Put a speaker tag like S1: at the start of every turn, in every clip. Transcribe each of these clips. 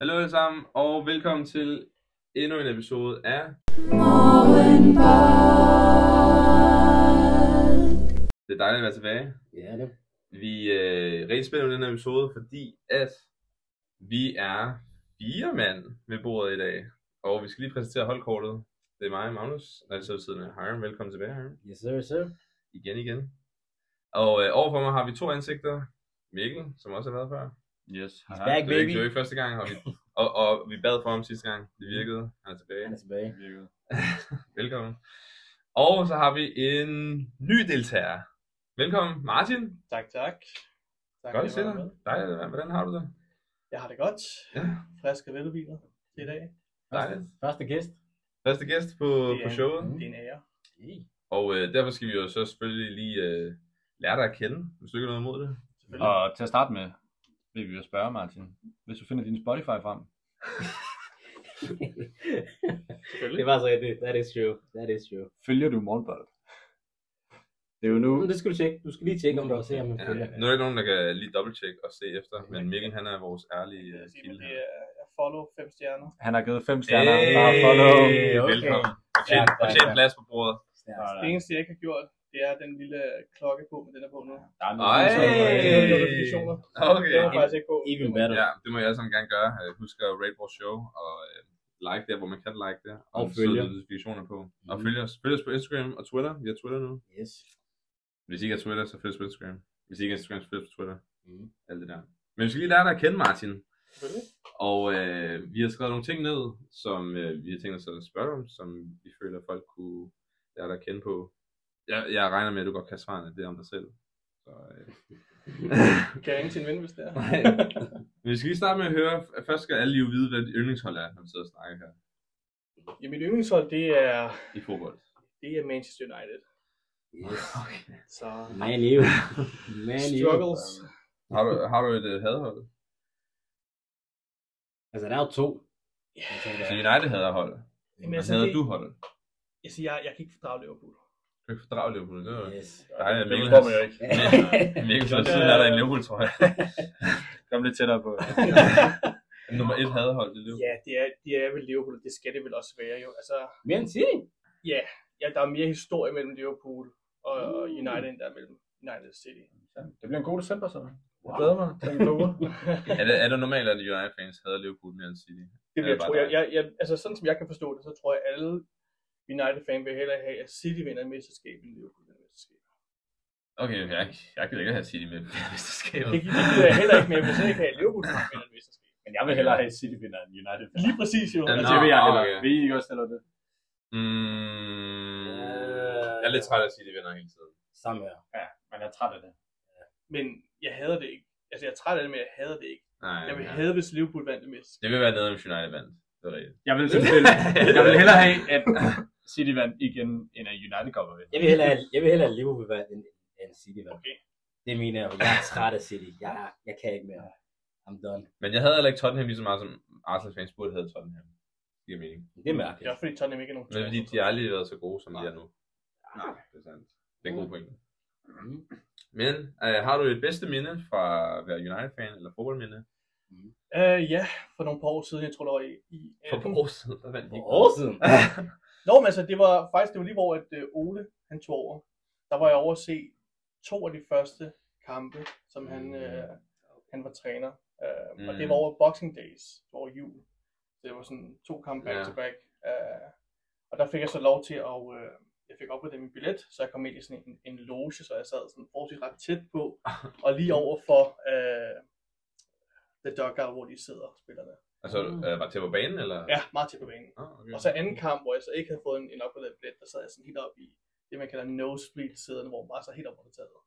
S1: Hallo alle sammen, og velkommen til endnu en episode af Det er dejligt at være tilbage.
S2: Ja, det.
S1: Vi øh, er rigtig spændende med den her episode, fordi at vi er fire mand ved bordet i dag. Og vi skal lige præsentere holdkortet. Det er mig, Magnus, og jeg sidder ved siden af Hiram. Velkommen tilbage, Hiram.
S2: Yes, sir, sir.
S1: Igen, igen. Og øh, overfor mig har vi to ansigter. Mikkel, som også har været før.
S3: Yes,
S2: He's
S3: haha.
S2: back,
S1: Ah, Det er jo ikke,
S2: baby.
S1: det er jo ikke første gang, og vi, og, og vi bad for ham sidste gang. Det virkede. Han er tilbage.
S2: Han er tilbage.
S3: Det virkede.
S1: Velkommen. Og så har vi en ny deltager. Velkommen, Martin.
S4: Tak, tak. tak
S1: Godt at
S4: fordi
S1: se
S4: jeg
S1: dig.
S4: var med.
S1: Dejligt at være. Hvordan har du det?
S4: Jeg har det godt.
S1: Ja.
S4: Frisk og velhvilet til i dag.
S2: Første,
S1: Dejligt.
S2: første gæst.
S1: Første gæst på,
S4: Det er-
S1: på showet.
S2: Mm.
S4: Det er en ære.
S2: Hey.
S1: Og øh, derfor skal vi jo så selvfølgelig lige øh, lære dig at kende, hvis du ikke har noget imod det.
S4: Selvfølgelig.
S3: Og til at starte med, vil vi jo spørge Martin, hvis du finder din Spotify frem,
S4: Selvfølgelig.
S2: det var så rigtigt. That is true. That is true.
S3: følger du Morgenbold? Det er jo
S2: Men
S3: nu...
S2: det skal du tjekke. Du skal lige tjekke, om du har set ham en
S1: Ja,
S2: følger.
S1: nu er der ikke nogen, der kan lige dobbelttjekke og se efter, men Mikkel han er vores ærlige
S4: Jeg
S1: øh,
S4: vil sige, men
S1: kilde
S4: det
S1: her.
S4: er jeg follow fem stjerner.
S3: Han har givet fem stjerner.
S1: Hey,
S3: Hey, bare follow.
S2: okay.
S1: Velkommen.
S2: Ja,
S1: Fortjent,
S2: tak,
S1: fortjent
S2: tak.
S1: plads på bordet.
S2: Stærkt.
S4: Det eneste, jeg ikke har gjort, det er den lille klokke på, men den er på nu.
S3: Der er
S1: Ej.
S3: noget-
S4: Notifikationer.
S1: Okay.
S4: Det var faktisk ikke på.
S2: Even better.
S1: Ja, det må jeg alle sammen gerne gøre. Øh, Husk at rate vores show og øh, like der, hvor man kan like det. Og,
S2: Og
S1: så
S2: følge.
S1: er der notifikationer på. Og
S2: Mhm.
S1: følg os. Følg os på Instagram og Twitter. Vi har Twitter nu.
S2: Yes.
S1: Hvis I ikke har Twitter, så følg os på Instagram. Hvis I ikke har Instagram, så følg os på Twitter.
S2: Mhm.
S1: Alt det der. Men vi skal lige lære dig at kende, Martin.
S4: Selvfølgelig.
S1: Og øh, vi har skrevet nogle ting ned, som øh, vi har tænkt os at spørge om, som vi føler, at folk kunne lære dig at kende på. Jeg, jeg regner med, at du godt kan svarene. Det er om dig selv. Så, øh.
S4: Kan jeg ringe til en ven, hvis det er?
S1: Nej. Men vi skal lige starte med at høre, først skal alle lige vide, hvad dit yndlingshold er, når vi sidder og snakker her
S4: Ja, mit yndlingshold, det er,
S1: i fodbold.
S4: det er Manchester United.
S2: Yes.
S1: Okay.
S4: Så
S2: Man you. Man you.
S4: struggles.
S1: Har du, har du et uh, hadhold?
S2: Altså, der er jo to. Jeg tænker,
S1: Altså United hader hold.
S4: Jamen,
S1: Hvad
S4: altså,
S1: hader
S4: det,
S1: du hold?
S4: Jeg, siger, jeg, jeg kan ikke fordrage Liverpool.
S1: Du kan ikke fordrage Liverpool. Det var...
S2: Yes.
S1: Der er Mikkel
S3: forstår man jo
S1: Hans. Mikkel Hans siden er der en Liverpool, tror jeg.
S3: Kom lidt tættere på.
S1: Nummer et hadehold, det er Liverpool.
S4: Ja, det er, det er vel Liverpool, og det skal det vel også være jo. Altså,
S2: Men sig.
S4: ja, der er mere historie mellem Liverpool og, og United, end der er mellem United City.
S3: Det bliver en god december, så. Jeg glæder mig til en uge.
S1: Er det, er det normalt, at United-fans hader Liverpool mere end City?
S4: Det vil
S1: Ja,
S4: jeg
S1: bare
S4: tro. Jeg,
S1: dig.
S4: jeg, jeg, altså sådan som jeg kan forstå det, så tror jeg alle United-fan vil hellere have, at City vinder et mesterskab, end Liverpool vinder et mesterskab.
S1: Okay, okay, jeg, jeg gider ikke have City med mesterskabet.
S4: Det gi- det gider jeg heller ikke, men jeg vil slet ikke have, at Liverpool vinder et mesterskab.
S3: Men jeg vil hellere have City vinder end United.
S4: Lige præcis jo.
S1: Ja,
S3: Altså,
S4: Altså,
S3: det vil jeg
S1: Nå,
S3: hellere.
S1: okay.
S3: Vil I ikke også hellere det?
S1: Mm, jeg er lidt træt af at City vinder hele tiden.
S2: Samme her.
S3: Ja, men jeg er træt af det.
S4: men jeg hader det ikke. Altså jeg er træt af det, men jeg hader det ikke.
S1: Nej,
S4: Jeg vil
S1: ja.
S4: hade, hvis Liverpool vandt det mesterskab.
S1: Det vil være nede, hvis United vandt. Det er rigtigt.
S3: Jeg vil selvfølgelig... jeg vil hellere have, at City vandt igen, end at United kommer ved.
S2: Jeg vil hellere, jeg vil hellere Liverpool være en, en City. Vand.
S4: Okay.
S2: Det mener jeg jo. Jeg er træt af City. Jeg, er- jeg kan ikke mere. I'm done.
S1: Men jeg havde heller ikke Tottenham ligesom lige så meget, som Arsenal-fans burde have Tottenham. Det giver mening.
S2: Det er
S4: Det er
S2: mærkeligt.
S4: også fordi Tottenham ikke er nogen
S1: Men fordi de har aldrig været så gode, som de er nu.
S2: Nej.
S1: Det er sandt. Det er gode pointe.
S2: Mm.
S1: Men øh, har du et bedste minde fra at være United-fan, eller fodboldminde?
S4: Øh, ja, for nogle par år siden, jeg tror, der var i... i
S1: For på
S4: øh,
S1: år siden, der vandt de
S2: For
S1: ikke.
S2: år siden.
S4: Nå, men altså, det var faktisk det var lige hvor, at øh, Ole, han tog over. Der var jeg over at se to af de første kampe, som han, øh, han var træner. Øh, Og det var over Boxing Days, over jul. Så det var sådan to kampe
S1: Ja.
S4: back to back. Øh, og der fik jeg så lov til at... Øh, jeg fik opgraderet min billet, så jeg kom ind i sådan en, en loge, så jeg sad sådan forholdsvis ret tæt på, og lige over for øh, The Dugout, hvor de sidder, spillerne.
S1: Altså, øh, var det på banen, eller?
S4: Mm. Ja, meget tæt på banen.
S1: Ah, okay.
S4: Og så anden kamp, hvor jeg så ikke havde fået en, en opgraderet billet, der sad jeg sådan helt op i det, man kalder nosebleed sæderne, hvor man bare sad helt op på taget.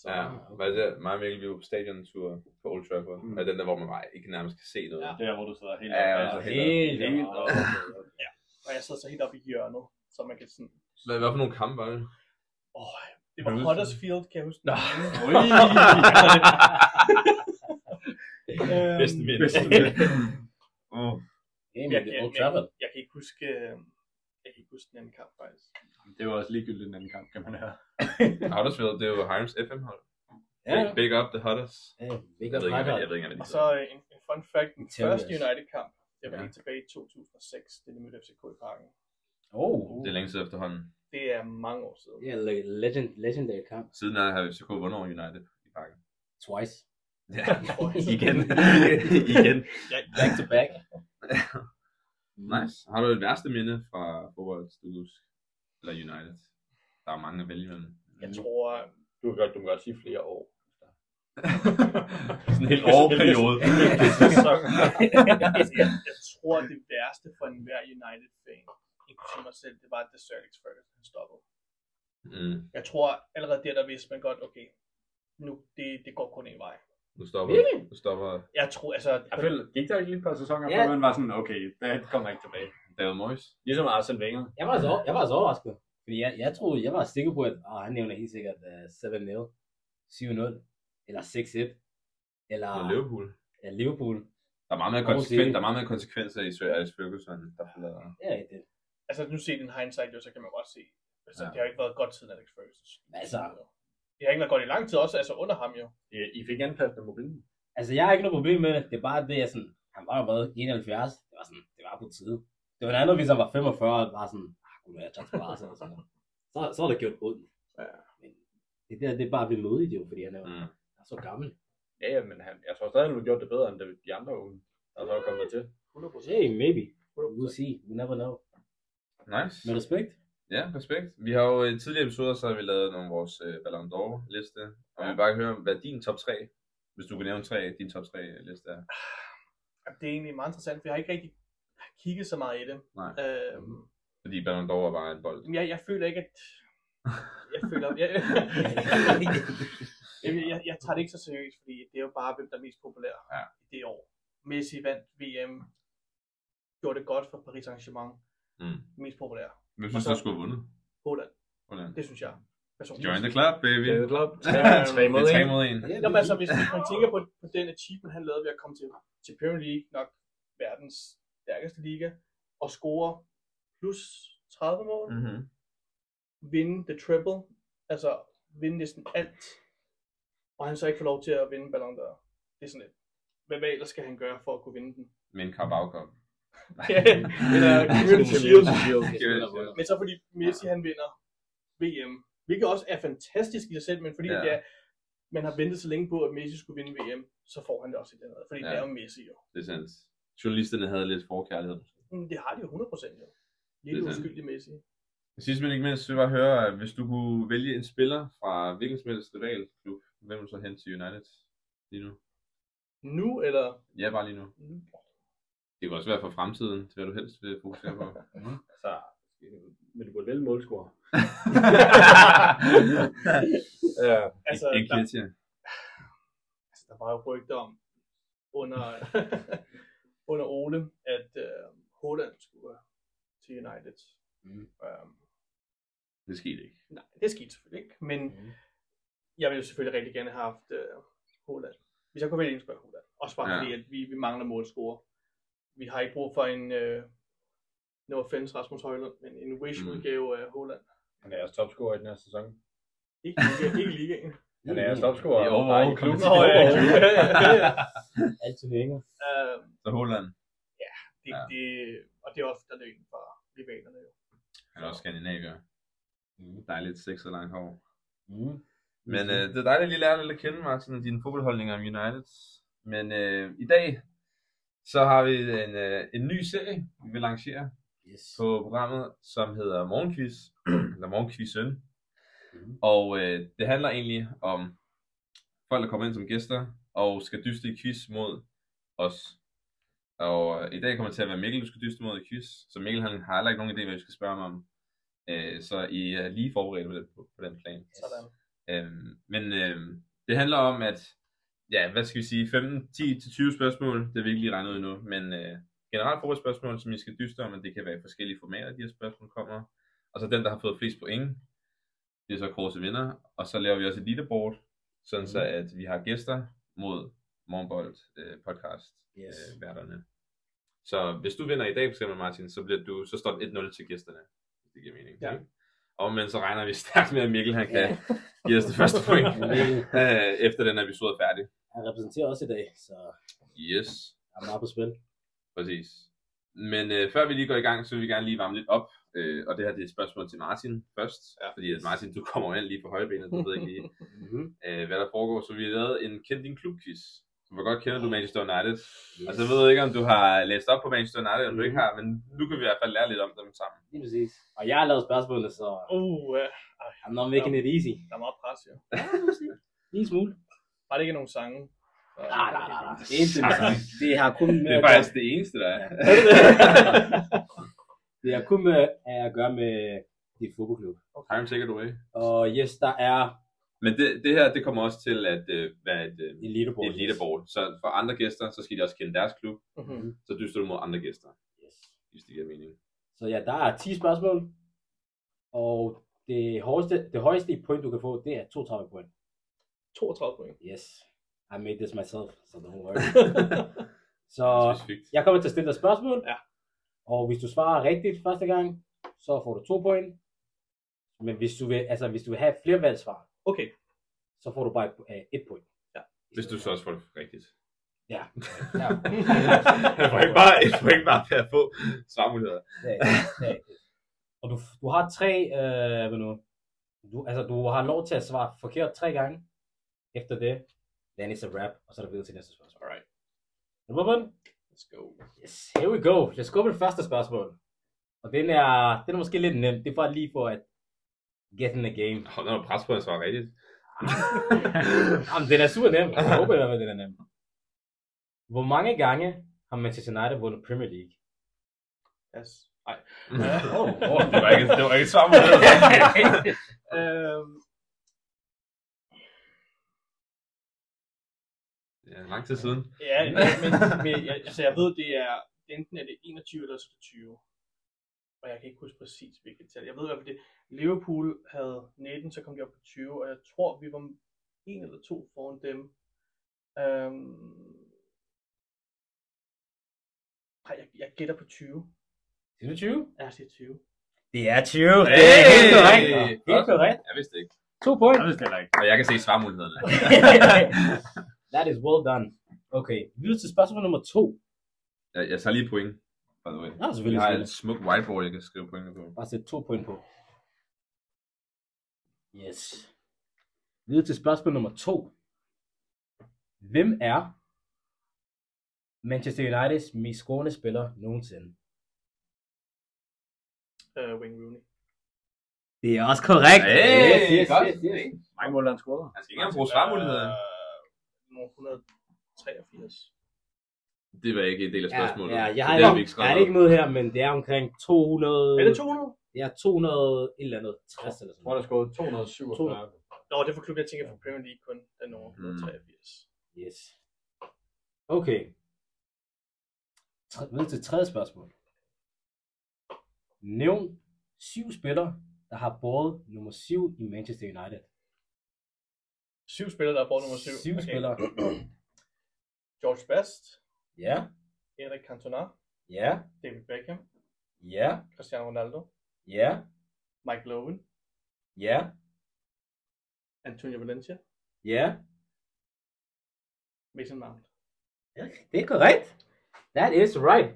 S4: Så,
S1: Ja,
S4: ja.
S1: var det mig og Mikkel, vi var på stadiontur på Old Trafford. Mm.
S3: Mm.
S1: Og den der, hvor man bare ikke nærmest kan se noget.
S4: Ja.
S1: Ja.
S3: Det er, hvor du sidder helt...
S1: Ja, jeg
S3: oppe.
S1: er så
S2: helt oppe.
S3: helt oppe.
S4: Og jeg sad så helt op i hjørnet, så man kan sådan...
S1: Hvad, hvad for nogle kampe var det?
S4: Åh, oh, det
S1: Kan
S4: var
S1: du huske
S4: Huddersfield, kan jeg huske. Nå.
S3: Ui.
S4: Øhm,
S3: Bedste
S1: oh.
S2: Jamen,
S4: Jeg,
S2: det
S4: kan,
S2: er Old
S4: jeg,
S2: Trafford.
S4: jeg kan ikke huske... øh, Jeg kan ikke huske den anden kamp, faktisk.
S3: Det var også ligegyldigt den anden kamp, kan man høre.
S1: Huddersfield, det er jo Hiram's FM-hold.
S2: Ja,
S1: Big, big up the Hudders.
S2: ja.
S1: Jeg ved, ikke,
S2: ikke,
S1: hvad, jeg ved ikke, hvad de
S4: Og så
S1: hedder.
S4: øh, en, en fun fact, den
S2: Tell me
S4: første
S2: this.
S4: United-kamp, det var
S1: Ja.
S4: ja. helt tilbage i 2006, det de mødte FCK i parken.
S2: Oh.
S1: Det er længe siden efterhånden.
S4: Det er mange år siden.
S2: Ja, le- legend, legendary kamp.
S1: Siden der har FCK vundet over United i pakken.
S2: Twice.
S1: Ja,
S4: Twice.
S1: igen. igen.
S2: Back to back.
S1: Nice. Har du et værste minde fra fodbold, du kan huske? Eller United? Der er mange at vælge imellem.
S4: Jeg tror,
S5: Du kan godt, du kan godt sige flere år.
S1: Sådan en hel årperiode.
S4: Så- altså, jeg, jeg tror, det værste for enhver United-fan, inklusive mig selv, det var, at Sir Alex Ferguson stoppede.
S1: mm,
S4: Jeg tror allerede der, der vidste man godt, okay, nu, det, det går kun en vej.
S1: nu stopper Nu stopper
S4: Jeg tror, altså,
S3: Jeg føler, gik der ikke lige et par sæsoner,
S2: Ja.
S3: før man var sådan, okay, det kommer ikke tilbage.
S1: David Moyes.
S5: Ligesom Arsene Wenger.
S2: Jeg var, så, jeg var så overrasket. Fordi jeg, jeg troede, jeg var sikker på, at ah, han nævner helt sikkert uh, 7-0, 7-0, eller 6-1, eller
S1: Ah. Liverpool.
S2: ja, Liverpool.
S1: Der er meget mere
S2: Må man
S1: konsekvens,
S2: sige.
S1: der er meget mere konsekvenser i Sir Alex Ferguson, der forlader.
S2: Ja, det,
S4: altså nu set i en hindsight, jo, så kan man godt se, altså,
S1: Ja.
S4: ja. det har ikke været godt siden Alex Ferguson.
S2: Altså.
S4: Det har ikke været godt i lang tid også, altså under ham jo.
S5: I, I fik anpasset mobilen.
S2: altså jeg har ikke noget problem med det, det er bare det, jeg sådan, han var jo været 71, det var sådan, det var på tide. Det var noget andet, hvis han var 45, og bare sådan, ah, gud, jeg tager til Barca og sådan noget. Så, så er det gjort ondt.
S4: Ja.
S2: Men det der, det er bare ved modigt jo, fordi han er,
S1: Mm.
S2: han er så gammel.
S5: Ja, ja, men han, jeg tror stadig, han har gjort det bedre, end det- de andre unge, der så er kommet til.
S4: 100%.
S2: Hey, maybe. We'll see. We never know.
S1: Nice.
S2: Med respekt.
S1: Ja, respekt. Vi har jo øh, i tidligere episoder, så har vi lavet nogle af vores øh, Ballon d'Or-liste. Og ja. vi
S4: Ja.
S1: vil bare høre, hvad din top 3, hvis du kan nævne tre, din top 3 liste er.
S4: Jamen, Det er egentlig meget interessant, for jeg har ikke rigtig kigget så meget i det.
S1: Nej.
S4: Øhm,
S1: Fordi Ballon d'Or er bare en bold.
S4: jeg, jeg føler ikke, at... Jeg føler... Jeg, jeg, jeg, jeg tager det ikke så seriøst, fordi det er jo bare, hvem der er mest populær
S1: Ja.
S4: i det år. Messi vandt VM, gjorde det godt for Paris Saint-Germain,
S1: Mm.
S4: mest populær.
S1: Men synes,
S4: Og så-
S1: du skulle have vundet.
S4: Holland,
S1: Hvordan?
S4: det synes jeg. Personligt.
S1: Join the club, baby.
S5: Det er klart.
S1: Det
S5: Tre mod
S1: er 3
S5: en.
S1: mod 1.
S4: Nå, men altså, hvis, hvis man tænker på, på den achievement, han lavede ved at komme til, til Premier League, nok verdens stærkeste liga, og score plus 30 mål, mm.
S1: Mm-hmm.
S4: vinde the triple, altså vinde næsten alt, og han så ikke får lov til at vinde Ballon d'Or. Det er sådan lidt, hvad, hvad ellers skal han gøre for at kunne vinde den?
S1: Men Carabao Cup.
S4: Ja, eller Community Shield. Men så fordi Messi han vinder VM, hvilket også er fantastisk i sig selv, men fordi
S1: Ja.
S4: ja. det er, man har ventet så længe på, at Messi skulle vinde VM, så får han det også i den her, fordi ja. det
S1: Ja.
S4: er jo Messi jo.
S1: Det er sandt. Journalisterne havde lidt forkærlighed.
S4: Mm, Det har de jo 100% jo.
S1: Det
S4: Lille
S1: er sandt.
S4: uskyldig Messi.
S1: Sidst men ikke mindst, så vil jeg bare høre, at hvis du kunne vælge en spiller fra hvilken som helst rivalklub, hvem vil du så hen til United lige nu?
S4: Nu eller...
S1: Ja, bare lige nu. Det kan også være for fremtiden, det hvad du helst vil fokusere på.
S5: Så, men Altså, du burde vælge målscorer. Ja.
S4: Altså,
S1: ikke
S4: der,
S1: Kirtia.
S4: altså, der var jo rygter om under, under Ole, at øh, Holland skulle til United.
S2: Mm.
S4: Øhm,
S1: Det skete ikke.
S4: nej, det skete selvfølgelig ikke, men
S2: Mm.
S4: jeg ville selvfølgelig rigtig gerne have haft øh, Holland. Hvis jeg kunne vælge en, skulle jeg have Holland. Også bare
S1: Ja.
S4: ja. fordi, at vi, vi mangler målscorer. Vi har ikke brug for en, øh, no offense Rasmus Højlund, men en
S1: Mm.
S4: wish-udgave af Holland.
S5: Han er jeres topscorer i den her sæson.
S4: Ikke liga, ikke ligaen.
S5: Han er jeres topscorer.
S1: I overall
S5: Nej, i klubben.
S1: Nå, ja, i klubben.
S2: Alt turneringer.
S4: Øh,
S1: Så Holland,
S4: det,
S1: Ja.
S4: ja. det, og det er også der er løgn fra rivalerne jo.
S1: han er også skandinavier.
S2: Mm.
S1: Dejligt sexet langt hår.
S2: Mm.
S1: Men øh, det er dejligt lige at lære lidt at kende, Martin, og dine fodboldholdninger om United. Men øh, i dag, så har vi en, øh, en ny serie, vi vil lancere
S2: yes.
S1: på programmet, som hedder Morgenquiz, eller Morgenquizen.
S2: Mhm.
S1: Og øh, det handler egentlig om folk, der kommer ind som gæster, og skal dyste i quiz mod os. Og øh, i dag kommer det til at være Mikkel, du skal dyste mod i quiz. Så Mikkel han har heller ikke nogen idé, hvad vi skal spørge ham om. Øh, så I er lige forberedt på den, på, på den plan.
S4: Sådan.
S1: Øhm, men øhm, det handler om, at, ja, hvad skal vi sige, 15, 10 til 20 spørgsmål, det har vi ikke lige regnet ud endnu, men øh, generelt får spørgsmål, som I skal dyste om, og det kan være i forskellige formater, de her spørgsmål kommer. Og så den, der har fået flest point, det er så Krause vinder, og så laver vi også et leaderboard, sådan så at vi har gæster mod Morgenbold øh, podcast
S2: Yes.
S1: øh, værterne. Så hvis du vinder i dag, for eksempel Martin, så, bliver du, så står det 1-0 til gæsterne, hvis det giver mening.
S4: Ja.
S1: ikke? Og men så regner vi stærkt med, at Mikkel han kan give os det første point,
S2: Men, øh,
S1: øh, efter den episode er færdig.
S2: Han repræsenterer også i dag, så
S1: Yes.
S2: Der er meget på spil.
S1: Præcis. Men øh, før vi lige går i gang, så vil vi gerne lige varme lidt op. Øh, og det her det er et spørgsmål til Martin først. Ja.
S5: Ja.
S1: Fordi at Martin, du kommer ind lige på højbenet, du ved ikke lige,
S2: Mm-hmm.
S1: øh, hvad der foregår. Så vi har lavet en Kend din klub quiz. Hvor godt kender du Manchester United. Yes. Og så ved jeg ikke, om du har læst op på Manchester United, eller mm. du
S2: Mhm.
S1: ikke har. Men nu kan vi i hvert fald lære lidt om dem sammen.
S2: Lige præcis. Og jeg har lavet spørgsmålene, så
S4: Uh, øh,
S2: I'm not making it easy.
S4: der er meget pres, jo.
S2: Lige smule.
S4: Var det ikke nogen sange?
S2: Nej, nej, nej. nej. Det, er ikke det, med sang. det har kun med
S1: Altså, Det er
S2: at gøre-
S1: faktisk det eneste, der er. Ja.
S2: det har kun med at gøre med dit fodboldklub.
S1: Time take it away.
S2: Og yes, der er
S1: Men det, det her, det kommer også til at øh, være et, øh,
S2: en leaderboard.
S1: et leaderboard. Så for andre gæster, så skal de også kende deres klub.
S4: Mhm.
S1: Så dyster du mod andre gæster,
S2: Yes.
S1: hvis det giver mening.
S2: Så ja, der er 10 spørgsmål. Og det højeste, det højeste i point, du kan få, det er 32 point.
S4: 32 point.
S2: Yes. I made this myself, so don't worry. så
S1: Specifikt.
S2: jeg kommer til at stille dig spørgsmål.
S4: Ja.
S2: Og hvis du svarer rigtigt første gang, så får du 2 point. Men hvis du vil, altså, hvis du vil have flere valgsvar,
S4: Okay,
S2: så får du bare et, øh, et point.
S1: Hvis du så også får det rigtigt.
S2: Ja. ja.
S1: Jeg får ikke bare, jeg får ikke bare per få svarmuligheder.
S2: Det er rigtigt, det er rigtigt. Og du, du har tre, øh, hvad nu? Du, altså, du har lov til at svare forkert tre gange. Efter det, then it's a wrap, og så er der videre til næste spørgsmål.
S4: Alright.
S2: Er du med på den?
S4: let's go.
S2: Yes, here we go. Lad os gå på det første spørgsmål. Og den er, den er måske lidt nem. Det er bare lige for at get in the game.
S1: Hold nu pres på, at jeg svarer rigtigt.
S2: Jamen, den er super nem. Jeg håber i hvert fald, den er nem. Hvor mange gange har Manchester United vundet Premier League?
S4: Yes.
S2: Oh,
S1: Det var ikke, det var ikke svarmuligheder.
S4: Øhm,
S1: Ja, lang tid siden.
S4: ja, ja, men, men jeg, altså, jeg ved, det er enten er det 21 eller 20. Og jeg kan ikke huske præcis, hvilket tal. Jeg ved i hvert fald, det Liverpool havde 19, så kom de op på 20, og jeg tror, vi var en eller to foran dem. Øhm, ej, jeg, jeg gætter på 20.
S2: 20?
S4: Ja, Jeg siger 20.
S2: Det er 20. Det er helt korrekt. Helt korrekt.
S1: Jeg vidste det ikke.
S2: To point.
S3: Jeg vidste heller ikke.
S1: Og jeg kan se svarmulighederne.
S2: That is well done. Okay, videre til spørgsmål nummer to.
S1: Jeg, jeg tager lige point. By the way.
S2: Ja,
S1: Jeg
S2: selvfølgelig.
S1: har
S2: selvfølgelig.
S1: et smuk whiteboard, jeg kan skrive pointene på.
S2: Bare sæt to point på. Yes. Videre til spørgsmål nummer to. Hvem er Manchester Uniteds mest scorende spiller nogensinde?
S4: Øh, Wayne Rooney.
S2: Det er også korrekt.
S1: Hey,
S2: yes, yes,
S1: godt.
S2: yes, yes.
S3: Mange mål, han scorede.
S1: Jeg skal ikke engang bruge svarmuligheder.
S4: Øh, Nummer 183.
S1: Det var ikke en del af
S2: Ja,
S1: spørgsmålet.
S2: ja,
S1: Så
S2: jeg har
S1: det har vi
S2: ikke,
S1: ikke
S2: jeg
S1: skrevet.
S2: har det ikke med her, men det er omkring 200...
S4: Er det 200?
S2: Ja, 200 et eller andet. 60 eller sådan
S5: tror,
S2: noget.
S5: der scorede 247.
S4: Nå, det er for klubben, jeg tænker for Premier League kun. Den nummer
S2: Mm-hmm.
S4: 183.
S2: Yes. Okay. Tre, videre til tredje spørgsmål. Nævn syv spillere, der har båret nummer 7 i Manchester United.
S4: Syv spillere, der er på nummer 7.
S2: Syv spillere.
S4: George Best,
S2: Ja,
S4: Erik Cantona,
S2: ja,
S4: David Beckham,
S2: ja,
S4: Cristiano Ronaldo,
S2: ja,
S4: Mike Lowen,
S2: ja,
S4: Antonio Valencia,
S2: ja.
S4: Mason Mount.
S2: Det er korrekt. That is right.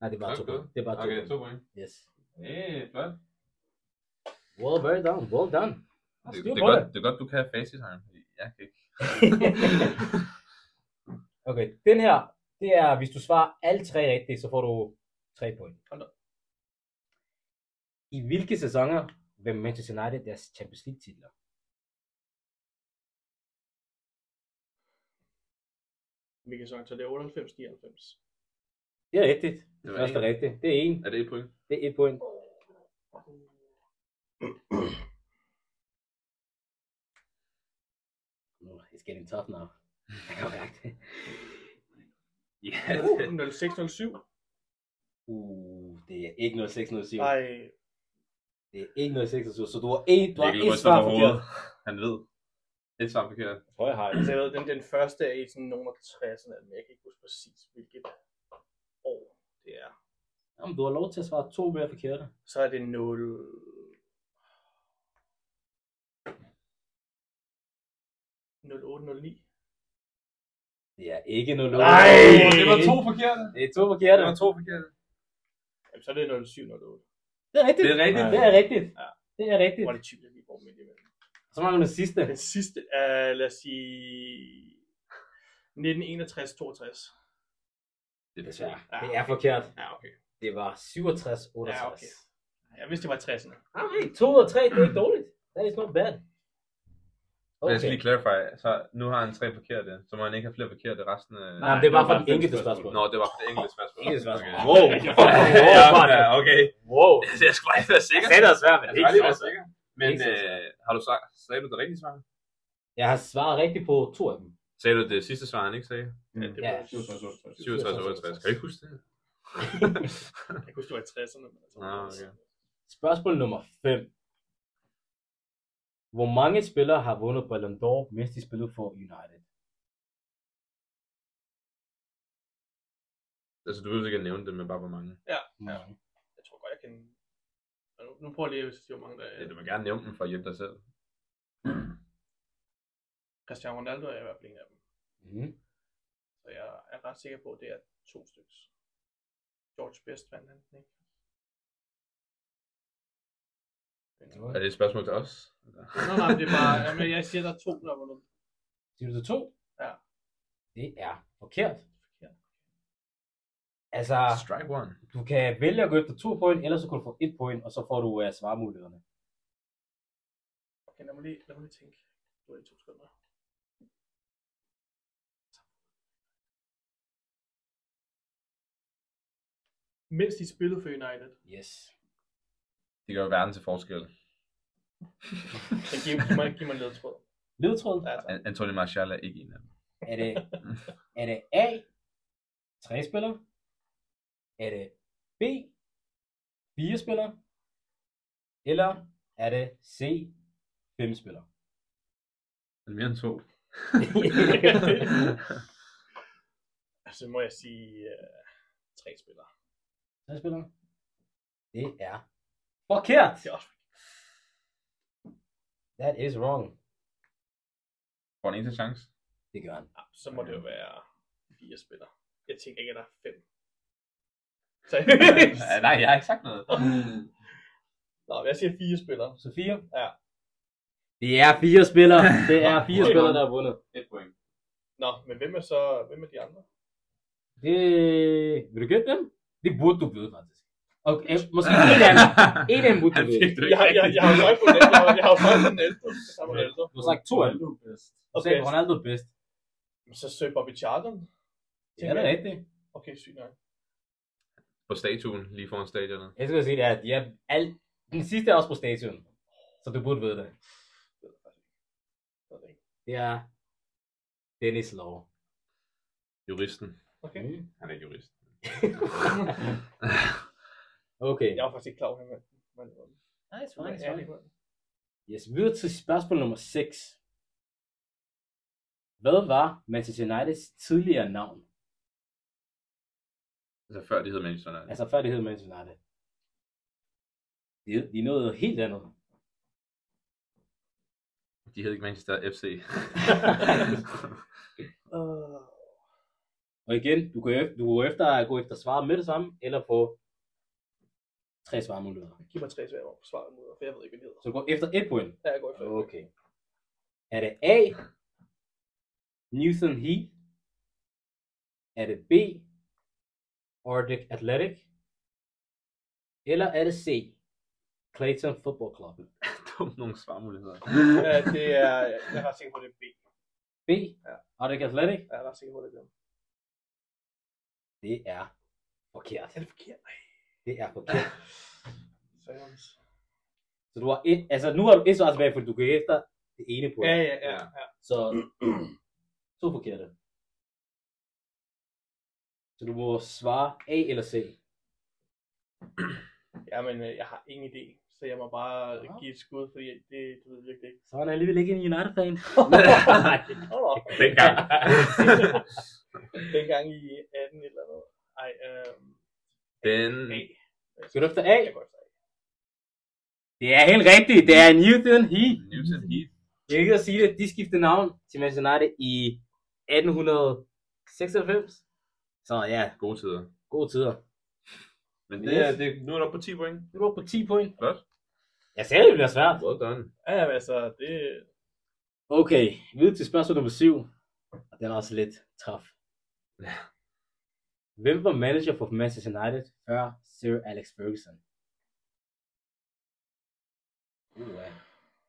S2: Nej, det er bare to.
S1: Okay.
S2: point. Det er bare to.
S1: Okay,
S2: point.
S1: to point.
S2: Yes.
S1: Hey, flot.
S2: Well, very done. Well done. Der Altså, er
S1: Det,
S2: styr
S1: det,
S2: på
S1: er godt, det er godt, du kan have facit her. Jeg kan ikke.
S2: okay, den her, det er, hvis du svarer alle tre rigtigt, så får du tre point.
S4: Hold da op.
S2: I hvilke sæsoner vandt Manchester United deres Champions League titler?
S4: Hvilken sæson? Så det er 98, 99.
S2: Det er rigtigt.
S1: Det
S2: Det
S1: var
S2: første
S1: en.
S2: er rigtigt. Det er en.
S1: Er det et point?
S2: Det er et point. Oh, it's getting tough now. Jeg kan mærke det.
S1: Ja.
S4: Uh, 06, 07.
S2: Uh, det er ikke 0607.
S4: Nej,
S2: Det er ikke 0607. Så du har en, du har
S1: Mikkel
S2: et
S1: ryster
S2: svar
S1: på
S2: forkert.
S1: hovedet. Han ved. Et svar forkert.
S5: Jeg tror, jeg har det.
S4: altså jeg ved, den, den første er i sådan nogen af 60'erne, men jeg kan ikke huske præcis, hvilket år det er.
S2: Jamen, du har lov til at svare to mere forkerte.
S4: Så er det 0... Nul otte, nul ni.
S2: Det er ikke 0-8.
S4: Ej!
S1: Det var to forkerte.
S2: Det er to
S1: Det
S2: forkerte.
S1: var to forkerte.
S4: Jamen, så er det 0708.
S2: Det er rigtigt.
S1: Det er rigtigt.
S2: Det er rigtigt. Det er rigtigt.
S4: Hvor er det typisk, at vi går midt imellem.
S2: Så mangler den sidste.
S4: Den sidste er, lad os sige, 1961-62.
S1: Det er
S2: Desværre. Det er forkert.
S4: Ja, okay.
S2: Det var 67, 68.
S4: Ja, okay. Jeg vidste, det var 60'erne.
S2: Alright, 2 Ah, ud af 3, det er ikke dårligt. That is not bad.
S1: Okay. Jeg skal lige clarify. Så nu har han tre forkerte, så må han ikke have flere forkerte resten af...
S2: Nej, men det er bare
S3: Nej,
S2: for
S3: det var
S2: den enkelte
S3: fem
S2: spørgsmål.
S1: Nå, det var for det enkelte spørgsmål.
S2: Enkelte spørgsmål.
S1: Okay.
S2: Wow.
S1: ja,
S2: Wow,
S1: ja, okay.
S2: wow.
S1: Jeg skulle bare ikke være sikker.
S2: Jeg sagde det var svært, men
S1: Jeg
S2: det
S1: skal
S2: er
S1: bare
S2: ikke
S1: lige være
S2: svært.
S1: sikker. Men
S2: Ikke så
S1: øh, har du sagt, sagde du det rigtige svar?
S2: Jeg har svaret rigtigt på to af dem.
S1: Sagde du det sidste svar, han ikke sagde?
S4: Ja, det
S2: Ja.
S4: var,
S1: 67 68. Kan du ikke huske det?
S4: Jeg kunne huske, det var i 60'erne. Men altså,
S1: Nå, okay.
S2: Spørgsmål nummer 5. Hvor mange spillere har vundet Ballon d'Or, mens de spillede for United?
S1: Altså, du behøver ikke at nævne det, men bare hvor mange.
S2: Ja.
S4: Jeg tror godt, jeg kan... Nå, Nu, nu prøver jeg lige at sige, hvor mange der
S1: Ja,
S4: er.
S1: du må gerne nævne dem for at hjælpe dig selv.
S4: Cristiano Ronaldo er i hvert fald en af dem.
S2: Mm.
S4: Så jeg er ret sikker på, at det er to stykker. George Best vandt han, den, ikke?
S1: Er det et spørgsmål til os?
S4: Nå, nej, men det er bare... Jamen, jeg siger, der er to, der var noget.
S2: Siger du to?
S4: Ja.
S2: Det er forkert. Altså,
S1: Strike one.
S2: du kan vælge at gå efter to point, eller så kan du få et point, og så får du uh, svarmulighederne.
S4: Okay, lad mig lige, lad mig lige tænke. Du er i to sekunder. Mens de spillede for United,
S2: Yes.
S1: Det gør jo verden til forskel.
S4: så giv, giv mig, giv mig en ledtråd.
S2: Ledtråd.
S4: Ja, tak.
S1: An- Anthony Martial er ikke en af dem.
S2: Er det, er det A, tre spillere? Er det B, fire spillere? Eller er det C, fem spillere?
S1: Er det mere end to?
S4: Altså, må jeg sige øh, tre spillere.
S2: tre spillere? Det er forkert!
S4: Det er også
S2: That is wrong.
S1: Får en eneste chance?
S2: Det gør han.
S4: ja, så må det jo være fire spillere. Jeg tænker ikke, at der er fem. Seriøst?
S1: Ja, nej, jeg har ikke sagt noget.
S4: Nå, men jeg siger fire spillere.
S2: Så fire?
S4: Ja.
S2: Det er fire spillere. Det er fire spillere, der har vundet.
S3: Et point.
S4: Nå, men hvem er så, hvem er de andre?
S2: Det... Vil du gætte dem? Det burde du vide, faktisk. Okay, eh, måske en af dem. En af dem burde du
S1: Han
S2: vide.
S1: fik det
S4: Jeg,
S1: ikke
S4: har- jeg, jeg har jo øje på den, jeg, har- jeg har jo øje på den ældre. Sammen med den ældre.
S2: Du har sagt to af dem.
S3: Du er bedst.
S2: Du sagde, Ronaldo er bedst.
S4: Men så søg Bobby Charlton.
S2: Ja, det er rigtigt.
S4: Okay, sygt nok.
S1: på statuen lige foran stadionet.
S2: Jeg skulle sige, det er, at de er alt... Den sidste er også på stadion. Så du burde vide det.
S4: Jeg ved det ikke.
S2: Det er Dennis Law.
S1: Juristen.
S4: Okay.
S1: Han er ikke jurist.
S2: Okay.
S4: Jeg var faktisk ikke klar over, hvem man var.
S2: Nej, det Yes, videre til spørgsmål nummer 6. Hvad var Manchester Uniteds tidligere navn?
S1: altså før de hed Manchester United.
S2: Altså før det hed Manchester United. De, de nåede noget helt andet.
S1: De hed ikke Manchester FC.
S4: Uh,
S2: Og igen, du går efter, du går efter at gå efter svaret med det samme, eller få tre svarmuligheder.
S4: giv mig tre svære hvor svaret mod, for jeg ved ikke, hvad det hedder.
S2: Så gå efter et point.
S4: Ja, jeg går efter. Okay.
S2: Okay. Er det A, Newton Heath? Er det B, Arctic Athletic? Eller er det C, Clayton Football Club?
S1: Dumt nogle svarmuligheder.
S4: Ja, det er, jeg er ret sikker på, det er B.
S2: B, Arctic Athletic?
S4: Jeg er ret sikker på, det er dem.
S2: Det er forkert.
S4: Er det forkert? Nej.
S2: Det er forkert.
S4: Seriøst.
S2: Så du har et, altså nu har du et svar tilbage, fordi du går efter det ene point.
S4: Ja, ja, ja. ja.
S2: Så to forkerte. Så du må svare A eller C.
S4: Jamen, øh, jeg har ingen idé, så jeg må bare
S2: Nå.
S4: give et skud, fordi jeg- det, det ved jeg virkelig ikke.
S2: Så er han alligevel ikke en United-fan.
S4: Hold op.
S1: Dengang.
S4: Dengang i 18 eller noget. Ej, øhm,
S1: Den...
S4: A. Altså,
S2: Skal du efter A?
S4: Jeg går efter A.
S2: Det er helt rigtigt. Det er Newton Heath.
S1: Newton Heath.
S2: Jeg kan ikke at sige det. De skiftede navn til Manchester United i 1800 96. Så ja,
S1: Gode tider.
S2: gode tider.
S1: Men det er, det, nu er du oppe på 10 point.
S2: Vi var på 10 point.
S1: Flot.
S2: Jeg sagde, det bliver svært.
S1: Well done.
S4: Ja, jamen, altså, det...
S2: Okay, videre til spørgsmål nummer 7. Og den er også lidt tough.
S1: Ja.
S2: Hvem var manager for Manchester United før Sir Alex Ferguson? Uh, ja.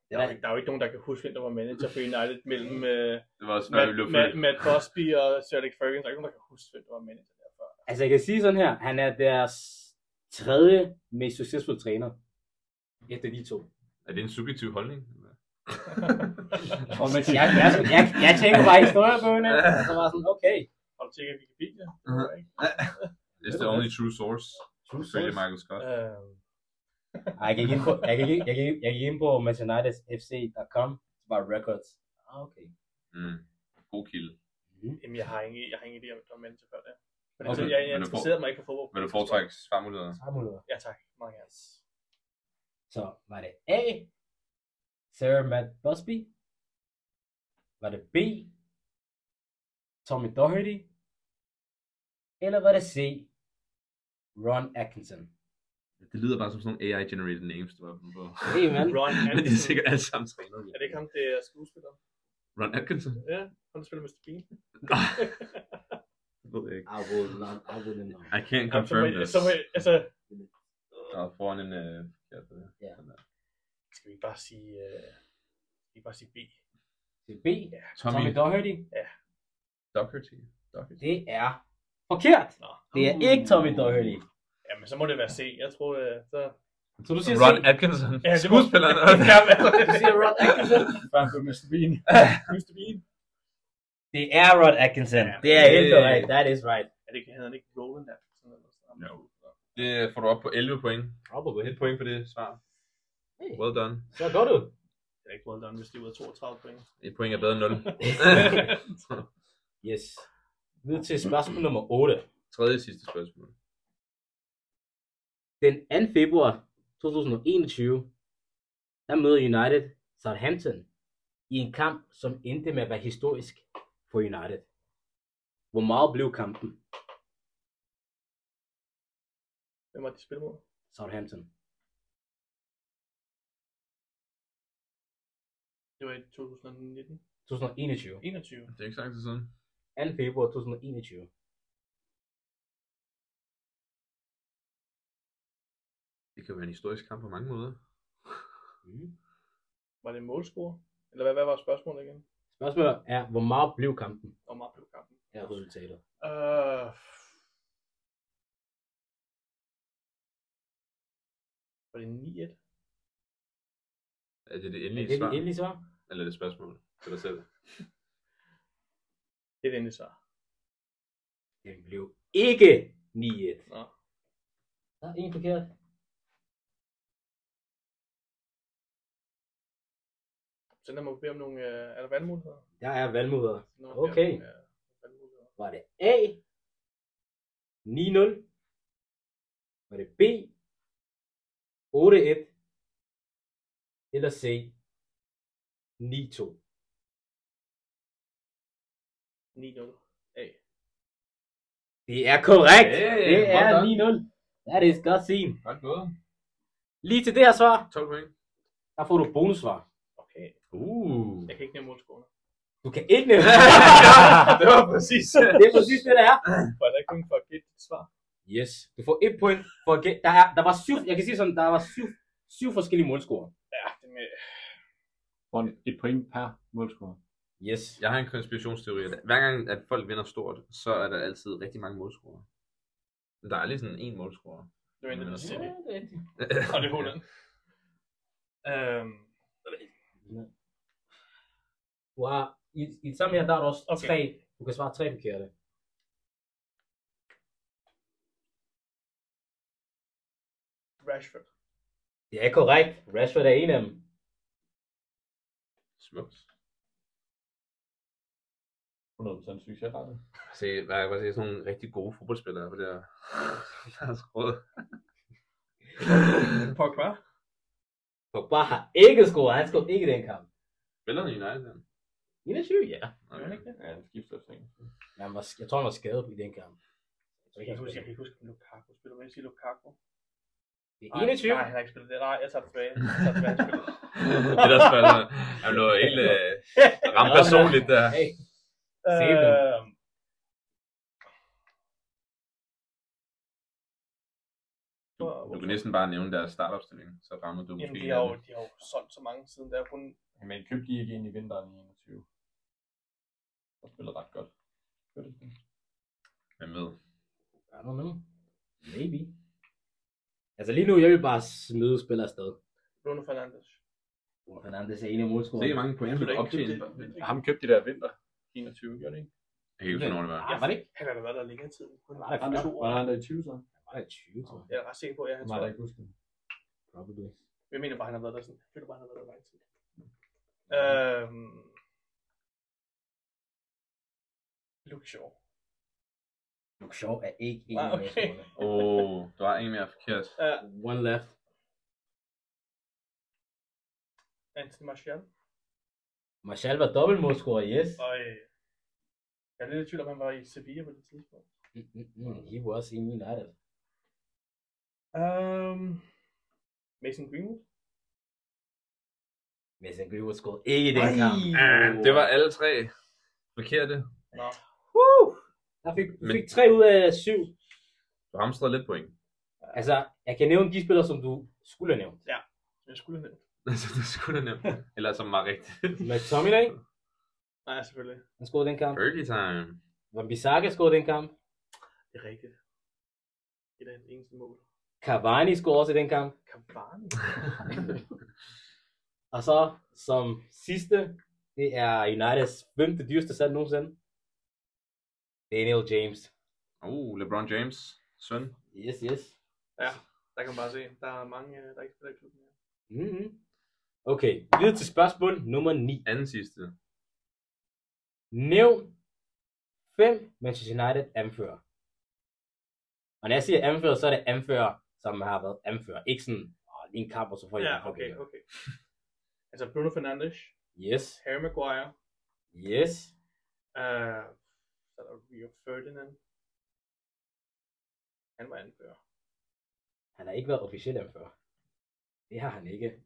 S4: Der er, jo ikke- der er jo ikke nogen, der kan huske, hvem der var manager for United mellem uh,
S1: Det var også, når vi
S4: Matt,
S1: blev
S4: Matt,
S1: født.
S4: Matt Busby og Sir Alex Ferguson. Der er ikke nogen, der kan huske, hvem der var manager der før.
S2: Altså, jeg kan sige sådan her. Han er deres tredje mest succesfulde træner. Efter de to.
S1: Er det en subjektiv holdning?
S3: Og med til
S2: Jeg, jeg, jeg, jeg tænker bare historiebøgerne, og så var jeg sådan, okay.
S4: Har du tjekket Wikipedia?
S1: Mhm.
S4: Uh-huh.
S1: It's the only true source.
S2: True
S1: Ifølge Michael Scott.
S4: Uh,
S2: Ej, jeg gik ind på, jeg gik, ind- jeg gik, jeg gik ind på Manchester Uniteds FC.com, så var records. Ah, okay.
S1: Mm. God kilde.
S4: jamen, jeg har ingen, jeg har ingen idé om, hvem der var manager før det. Men
S2: Okay,
S4: okay. jeg,
S1: men
S4: jeg
S1: du får-
S4: interesserede mig ikke for fodbold.
S1: Vil du foretrække svarmuligheder?
S2: Så har man noget.
S4: Ja, tak. Mange af
S2: Så var det A, Sarah Matt Busby. Var det B, Tommy Doherty. Eller var det C, Ron Atkinson.
S1: Det lyder bare som sådan nogle AI-generated names, du var på.
S2: Hey, man.
S4: Ron
S1: Men de er
S4: Atkinson.
S1: sikkert alle sammen trænet.
S4: Er det ikke ham, det er skuespiller?
S1: Ron Atkinson?
S4: Ja, han der spiller Mr. Bean.
S1: Nej, det ved jeg ikke.
S2: I will not, I will not.
S1: I can't
S4: Jamen, så
S1: confirm
S4: må I-
S1: this.
S4: Så må I- altså,
S1: Der er foran en... Øh, ja, det er.
S4: skal vi ikke bare sige, uh, skal vi bare sige B?
S2: Det er B,
S1: Tommy,
S2: Tommy Doherty.
S1: Doherty. Doherty.
S2: Det er forkert.
S4: Nå.
S2: Det er ikke Tommy Doherty.
S4: Jamen, så må det være C. Jeg tror, uh, så...
S2: Så du siger
S1: Ron
S2: C.
S1: Atkinson.
S4: Ja, det må-
S1: Skuespilleren.
S4: Ja, men...
S2: Du siger Ron Atkinson.
S3: Franco Mr. Bean.
S4: Mr. Bean.
S2: Det er Ron Atkinson.
S4: Ja.
S2: Det er helt
S1: Yeah.
S2: korrekt. That is right.
S4: Er det ikke, hedder han ikke Roland Atkinson eller sådan noget?
S1: Jo. Det øh, får du op på 11 point.
S2: Probably.
S1: Et point for det svar.
S2: Hey.
S1: Well done.
S2: Så går du.
S4: Det er ikke well done, hvis de er ude af 32 point.
S1: Et point er bedre end 0.
S2: Yes. Videre til spørgsmål nummer 8.
S1: Tredje sidste spørgsmål.
S2: Den 2. februar 2021, der møder United Southampton i en kamp, som endte med at være historisk for United. Hvor meget blev kampen?
S4: Hvem har de spillet mod?
S2: Southampton.
S4: Det var i 2019.
S2: 2021.
S4: 21.
S1: Det er ikke så lang tid siden.
S2: 2. februar 2021.
S1: Det kan være en historisk kamp på mange måder.
S2: Mm.
S4: Var det en målscore? Eller hvad, hvad var spørgsmålet igen?
S2: Spørgsmålet er, hvor meget blev kampen
S4: Hvor meget blev kampen?
S2: af resultatet?
S4: Øh... Var det 9-1?
S1: Er det det
S2: Er
S1: endelige
S2: det
S1: svar?
S2: det endelige svar?
S1: Eller er det et spørgsmål til dig selv?
S4: Det er det endelige svar.
S2: Den blev ikke 9-1.
S4: Nå.
S2: Der er en forkert.
S4: Så der må vi bede om nogle... Øh, er der valgmuligheder?
S2: Der er valgmoder.
S4: Nå, vi beder
S2: Okay.
S4: om, øh, valgmuligheder.
S2: Var det A? 9-0. Var det B? 8-1. Eller C? 9-2.
S4: 9-0. A.
S2: Det er korrekt.
S1: Hey,
S2: det
S1: well
S2: er
S1: done.
S2: 9-0. That is godt seen.
S1: Godt gået.
S2: Lige til det her svar,
S1: 12 point.
S2: der får du bonussvar.
S4: Okay.
S1: Uh.
S4: Jeg kan ikke nævne målscoren.
S2: Du kan ikke nævne.
S1: det var præcis.
S2: det er præcis det, der er.
S4: Var der ikke nogen for at gætte dit svar?
S2: Yes. Du får et point for at gætte. Der, er, der var syv, jeg kan sige sådan, der var syv, syv forskellige målscorer.
S4: Ja, det med...
S3: Får en- et point per målscorer.
S2: Yes.
S1: Jeg har en konspirationsteori. at Hver gang, at folk vinder stort, så er der altid rigtig mange målscorer. Men Der er lige sådan en målscorer.
S4: Det var en, der
S1: Mm.
S2: Ja,
S4: var City.
S2: det er rigtigt.
S4: Og det er Holland. Øhm,
S2: Du har, i, i det samme her, der er der også
S4: Okay.
S2: okay. tre. Du kan svare tre forkerte.
S4: Rashford.
S2: Det er korrekt. Rashford er en af dem.
S1: Smukt.
S3: 100% succesrate.
S1: Se, der er bare sådan nogle rigtig gode fodboldspillere på det her. Deres råd.
S4: Pogba.
S2: Pogba har ikke scoret. Han scorede ikke i den kamp.
S1: Spiller han i United?
S2: 21, ja.
S4: Er det
S1: Okay.
S4: ikke det?
S5: Ja, en skiftløsning.
S2: Men han var, jeg tror, han var skadet i den kamp. Jeg tror
S4: Jeg
S2: ikke,
S4: kan
S2: han
S4: ikke huske, jeg
S2: spillede.
S4: kan ikke huske, om Lukaku spiller. Hvad siger Lukaku?
S2: Det er
S4: Nej,
S2: 21.
S4: Nej, han har ikke spillet det. Nej, jeg tager det tilbage. Jeg tager det tilbage. han spillede.
S1: Ellers falder han blev helt øh, ramt personligt der.
S2: Hey, Se dem.
S4: Øhm.
S1: Du, du kan næsten bare nævne deres startopstilling, så rammer du
S4: Jamen,
S1: måske.
S4: de har, jo, de har jo solgt så mange siden. Der er kun
S5: Men købte de ikke ind i vinteren i 21? Og spillede ret godt. Gør det ikke?
S1: Hvem ved?
S2: I don't know. Maybe. Altså lige nu, jeg vil bare smide spiller afsted.
S4: Bruno Fernandes.
S2: Bruno Fernandes er en af motorskolen.
S1: Se, hvor mange point du
S4: Absolut
S1: har
S4: ikke.
S1: optjent.
S4: Det- det- det-
S5: Ham købte de der vinter. 21, gjorde det ikke?
S1: Jeg kan ikke huske, hvornår det Ah, var.
S2: Ja, var det ikke?
S4: Han har da været der længere tid. Kun
S2: Var det
S5: Han
S2: før?
S5: der, var han der i 20 så?
S2: Var det 20, tror jeg?
S4: Jeg er ret sikker på, at jeg,
S5: Han
S4: han
S5: var
S4: tror,
S5: der ikke huske.
S2: Probably.
S4: jeg mener bare, han har været der sådan. Jeg føler bare, han har været der lang tid. Øhm. Luke Shaw.
S2: Luke Shaw er ikke en
S4: Nej,
S2: af
S4: okay.
S2: motorskolen.
S1: Åh, oh, du har en mere forkert.
S4: Ja,
S2: One left.
S4: Anthony Martial.
S2: Martial var dobbelt motorskoler, yes.
S4: Og øh, jeg er lidt i tvivl om, han var i Sevilla på det tidspunkt.
S2: Mm, mm, mm. He was in United.
S4: Øhm. Mason Greenwood.
S2: Mason Greenwood scorede ikke i den kamp.
S1: Ah, det var alle tre forkerte.
S4: Nå.
S2: Woo! Der fik, du
S1: Men-
S2: fik 3 ud af 7.
S1: Du hamstrede lidt point.
S2: Altså, jeg kan nævne de spillere, som du skulle have nævnt.
S4: Jeg skulle have nævnt.
S1: Altså, det skulle da nemt. Eller som var rigtigt.
S2: McTominay,
S4: Nej, selvfølgelig.
S2: han scorede den kamp.
S1: Early time.
S2: Van Bissaka scorede den kamp.
S4: Det er rigtigt. Et af hans eneste mål.
S2: Cavani scorede også i den kamp.
S4: Cavani.
S2: Og så, som sidste, det er Uniteds femte dyreste salg nogensinde. Daniel James.
S1: Oh, LeBron James. Søn.
S2: Yes, yes.
S4: Ja, der kan man bare se. Der er mange, øh, der ikke spiller i klubben. mere.
S2: Mm-hmm. Okay, videre til spørgsmål nummer 9.
S1: Anden sidste.
S2: Nævn fem Manchester United anfører. Og når jeg siger anfører, så er det anfører, som har været anfører. Ikke sådan, åh, lige en kamp, og så får jeg
S4: Ja,
S2: en kamp
S4: okay,
S2: igen."
S4: okay. altså Bruno Fernandes,
S2: Yes,
S4: Harry Maguire,
S2: yes.
S4: øh, så er der Rio Ferdinand. Han var anfører.
S2: Han har ikke været officiel anfører. Det har han ikke.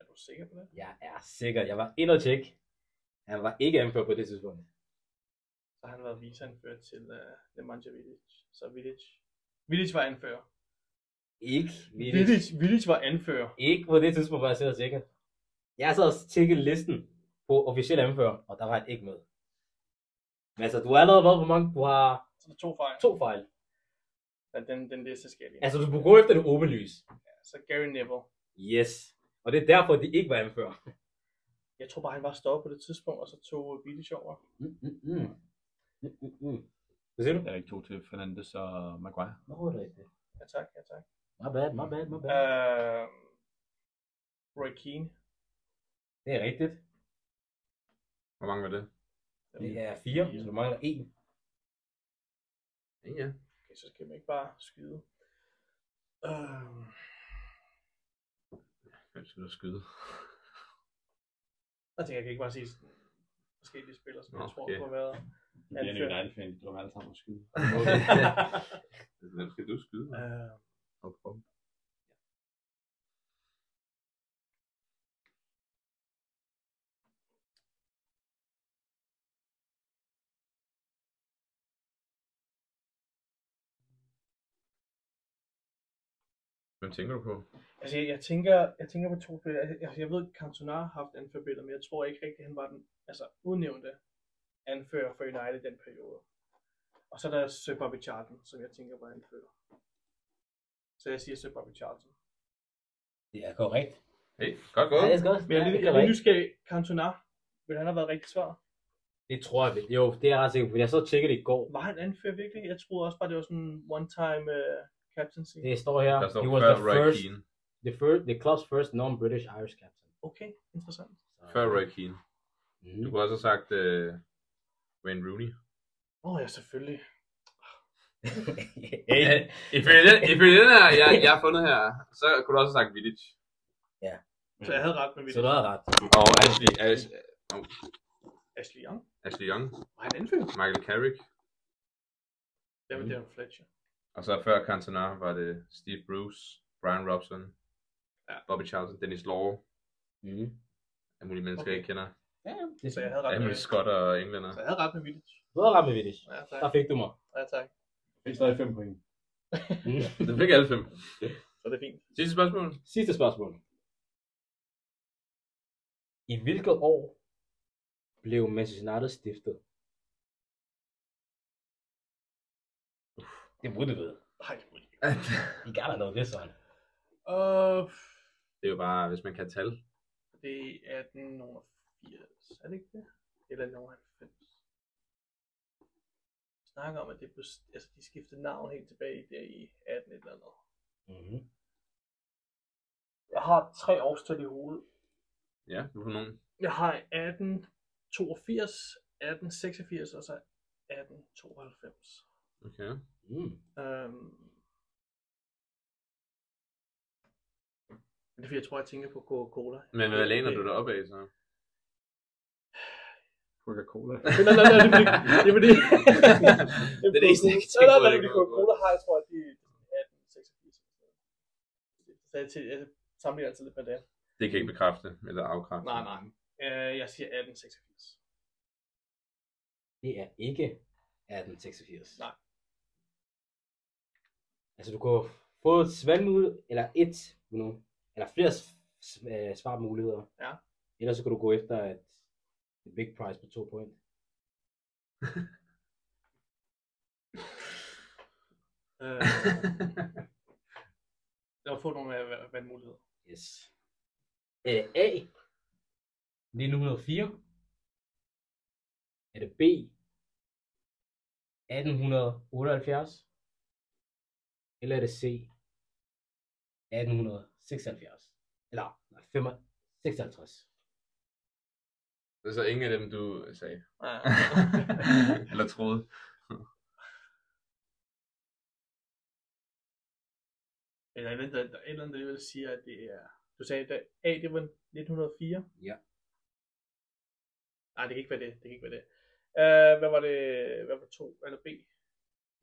S4: Er du sikker på det?
S2: Jeg er sikker. Jeg var ind og tjekke. Han var ikke anfører på det tidspunkt.
S4: Så har han været viceanfører til uh, Nemanja Vidic. Så Vidic. Vidic var anfører.
S2: Ikke,
S4: Vidic, Vidic var anfører.
S2: ikke på det tidspunkt, hvor jeg sidder og tjekker. Jeg sad og tjekkede listen på officielle anfører, og der var han ikke med. Men altså, du har allerede været på mange. Du har
S4: Så der er to fejl.
S2: to fejl.
S4: Ja, den, den liste skal jeg lige.
S2: Altså, du skulle gå efter det åbenlys.
S4: Så Gary Neville.
S2: Yes. Og det er derfor, de ikke var anfører.
S4: Jeg tror bare, han var stoppet på det tidspunkt, og så tog Vidic over.
S2: Mm, mm, mm. Mm, mm, mm. Hvad siger du?
S5: Der er ikke to til Fernandes og Maguire.
S2: Nå, det er rigtigt.
S4: Ja tak, ja tak.
S2: My bad, my bad, my bad.
S4: Øh, Roy Keane.
S2: Det er rigtigt.
S1: Hvor mange var det?
S2: Det er fire, så du mangler en.
S1: Ja.
S4: Okay, så skal man ikke bare skyde. Øh,
S1: Hvem skal du skyde?
S4: jeg tænker, jeg kan ikke bare sige sådan forskellige spillere, som
S1: Nå,
S4: jeg tror,
S1: okay.
S4: okay. har været.
S5: Det er en
S4: Anfører.
S5: United-fan, de drømmer alle sammen at skyde.
S1: Hvem skal du skyde?
S4: Øh,
S1: Hop, hop. Hvem tænker du på?
S4: altså, jeg, jeg, tænker, jeg tænker på to spillere. Jeg, jeg ved, at Cantona har haft anførbilleder, men jeg tror ikke rigtigt, han var den altså, udnævnte anfører for United i den periode. Og så er der Sir Bobby Charlton, som jeg tænker var anfører. Så jeg siger Sir Bobby Charlton.
S2: Det er korrekt.
S1: Hey, godt
S2: Ja,
S1: gået.
S2: det er godt.
S4: Men jeg er
S2: Ja,
S4: lidt,
S2: det,
S4: jeg
S2: er
S4: er lidt
S2: korrekt.
S4: nysgerrig. Cantona, ville han have været rigtig svar?
S2: det tror jeg. vel. Jo, det er jeg ret sikker på. Jeg så tjekket det i går.
S4: Var han anfører virkelig? Jeg troede også bare, det var sådan en one-time uh, captaincy.
S2: Det står her.
S1: Der står
S2: He was
S1: før
S2: the
S1: Roy
S2: first,
S1: Keane.
S2: the first, the club's first non-British Irish captain.
S4: Okay, interessant.
S2: Så- øh,
S1: Før Roy Keane. Du
S2: Mm.
S1: kunne også have sagt uh, Wayne Rooney.
S4: Åh oh, ja, selvfølgelig.
S2: Hey.
S1: Ja, Ifølge den, ifølge den her, jeg, jeg har fundet her, så kunne du også have sagt Vidic.
S4: Så jeg havde ret
S2: Så
S4: med
S2: du
S4: Vidic.
S2: havde ret.
S1: Og Ashley, Ashley,
S4: Ashley Young.
S1: Ashley Young,
S4: Var han anfører?
S1: Michael Carrick,
S4: Det var Darren Fletcher.
S1: og så før Cantona var det Steve Bruce, Brian Robson,
S4: Ja.
S1: Bobby Charlton, Dennis Law,
S2: Mm.
S1: af mulige mennesker, okay. jeg ikke kender.
S2: Ja, ja, det er
S4: Så jeg
S2: sådan.
S4: havde ret
S1: Alle
S4: med,
S1: mulige skotter og englænder.
S4: så jeg havde ret med Vidic.
S2: Du havde ramt med Vidic.
S4: Ja,
S2: Der
S4: tak.
S2: fik du mig.
S4: Ja, tak.
S5: Det er stadig 5 point.
S2: Mm.
S1: Det fik alle fem.
S4: Så det er fint.
S1: Sidste spørgsmål.
S2: Sidste spørgsmål. I hvilket år blev Manchester United stiftet? Det burde du vide.
S4: Nej, det må jeg ikke.
S2: I gotta know this one.
S4: Øh,
S1: Det er jo bare, hvis man kan tal.
S4: det er 1880. Er det ikke det? Eller 1990. Vi snakker om, at det blev, altså, de skiftede navn helt tilbage der i 18 et eller andet.
S2: Mm-hmm.
S4: Jeg har tre årstal i hovedet.
S1: Ja, du får nogen.
S4: Jeg har 1882, 1886 og så 1892.
S1: Okay.
S2: Mm.
S4: Øhm... Det er fordi, jeg tror, jeg tænker på Coca-Cola.
S1: Men hvad læner du dig op af, så?
S5: Coca-Cola.
S4: Nej, nej, nej, det er fordi... Det er fordi...
S1: det er det eneste, jeg kan
S4: Nej,
S1: tænke
S4: nej,
S1: på,
S4: nej,
S1: det
S4: fordi
S1: er
S4: Coca-Cola har, jeg tror, at de er 1886. Så jeg, til, jeg sammenligner altid lidt med det.
S1: Det kan jeg ikke bekræfte eller afkræfte.
S4: Nej, nej. Øh, jeg siger 1886.
S2: Det er ikke 1886.
S4: Nej.
S2: Altså, du kunne få et svandmul, eller et nu, eller flere s- s- øh, svarmuligheder.
S4: Ja.
S2: Ellers så kan du gå efter et, et big prize på to point.
S4: Øh, jeg har fået nogle øh, valgmuligheder.
S2: Yes. Er det A, 1904? Er det B, 1878? Eller er det C, 1876? Eller nej, 55, 56?
S1: Det er så ingen af dem, du sagde.
S4: Ja.
S1: eller troede.
S4: Eller vent, der, der er et eller andet, der alligevel siger, at det er... Du sagde, at A, det var 1904?
S2: Ja.
S4: Nej, det kan ikke være det. Det kan ikke være det. Uh, hvad var det? Hvad var to? Eller B?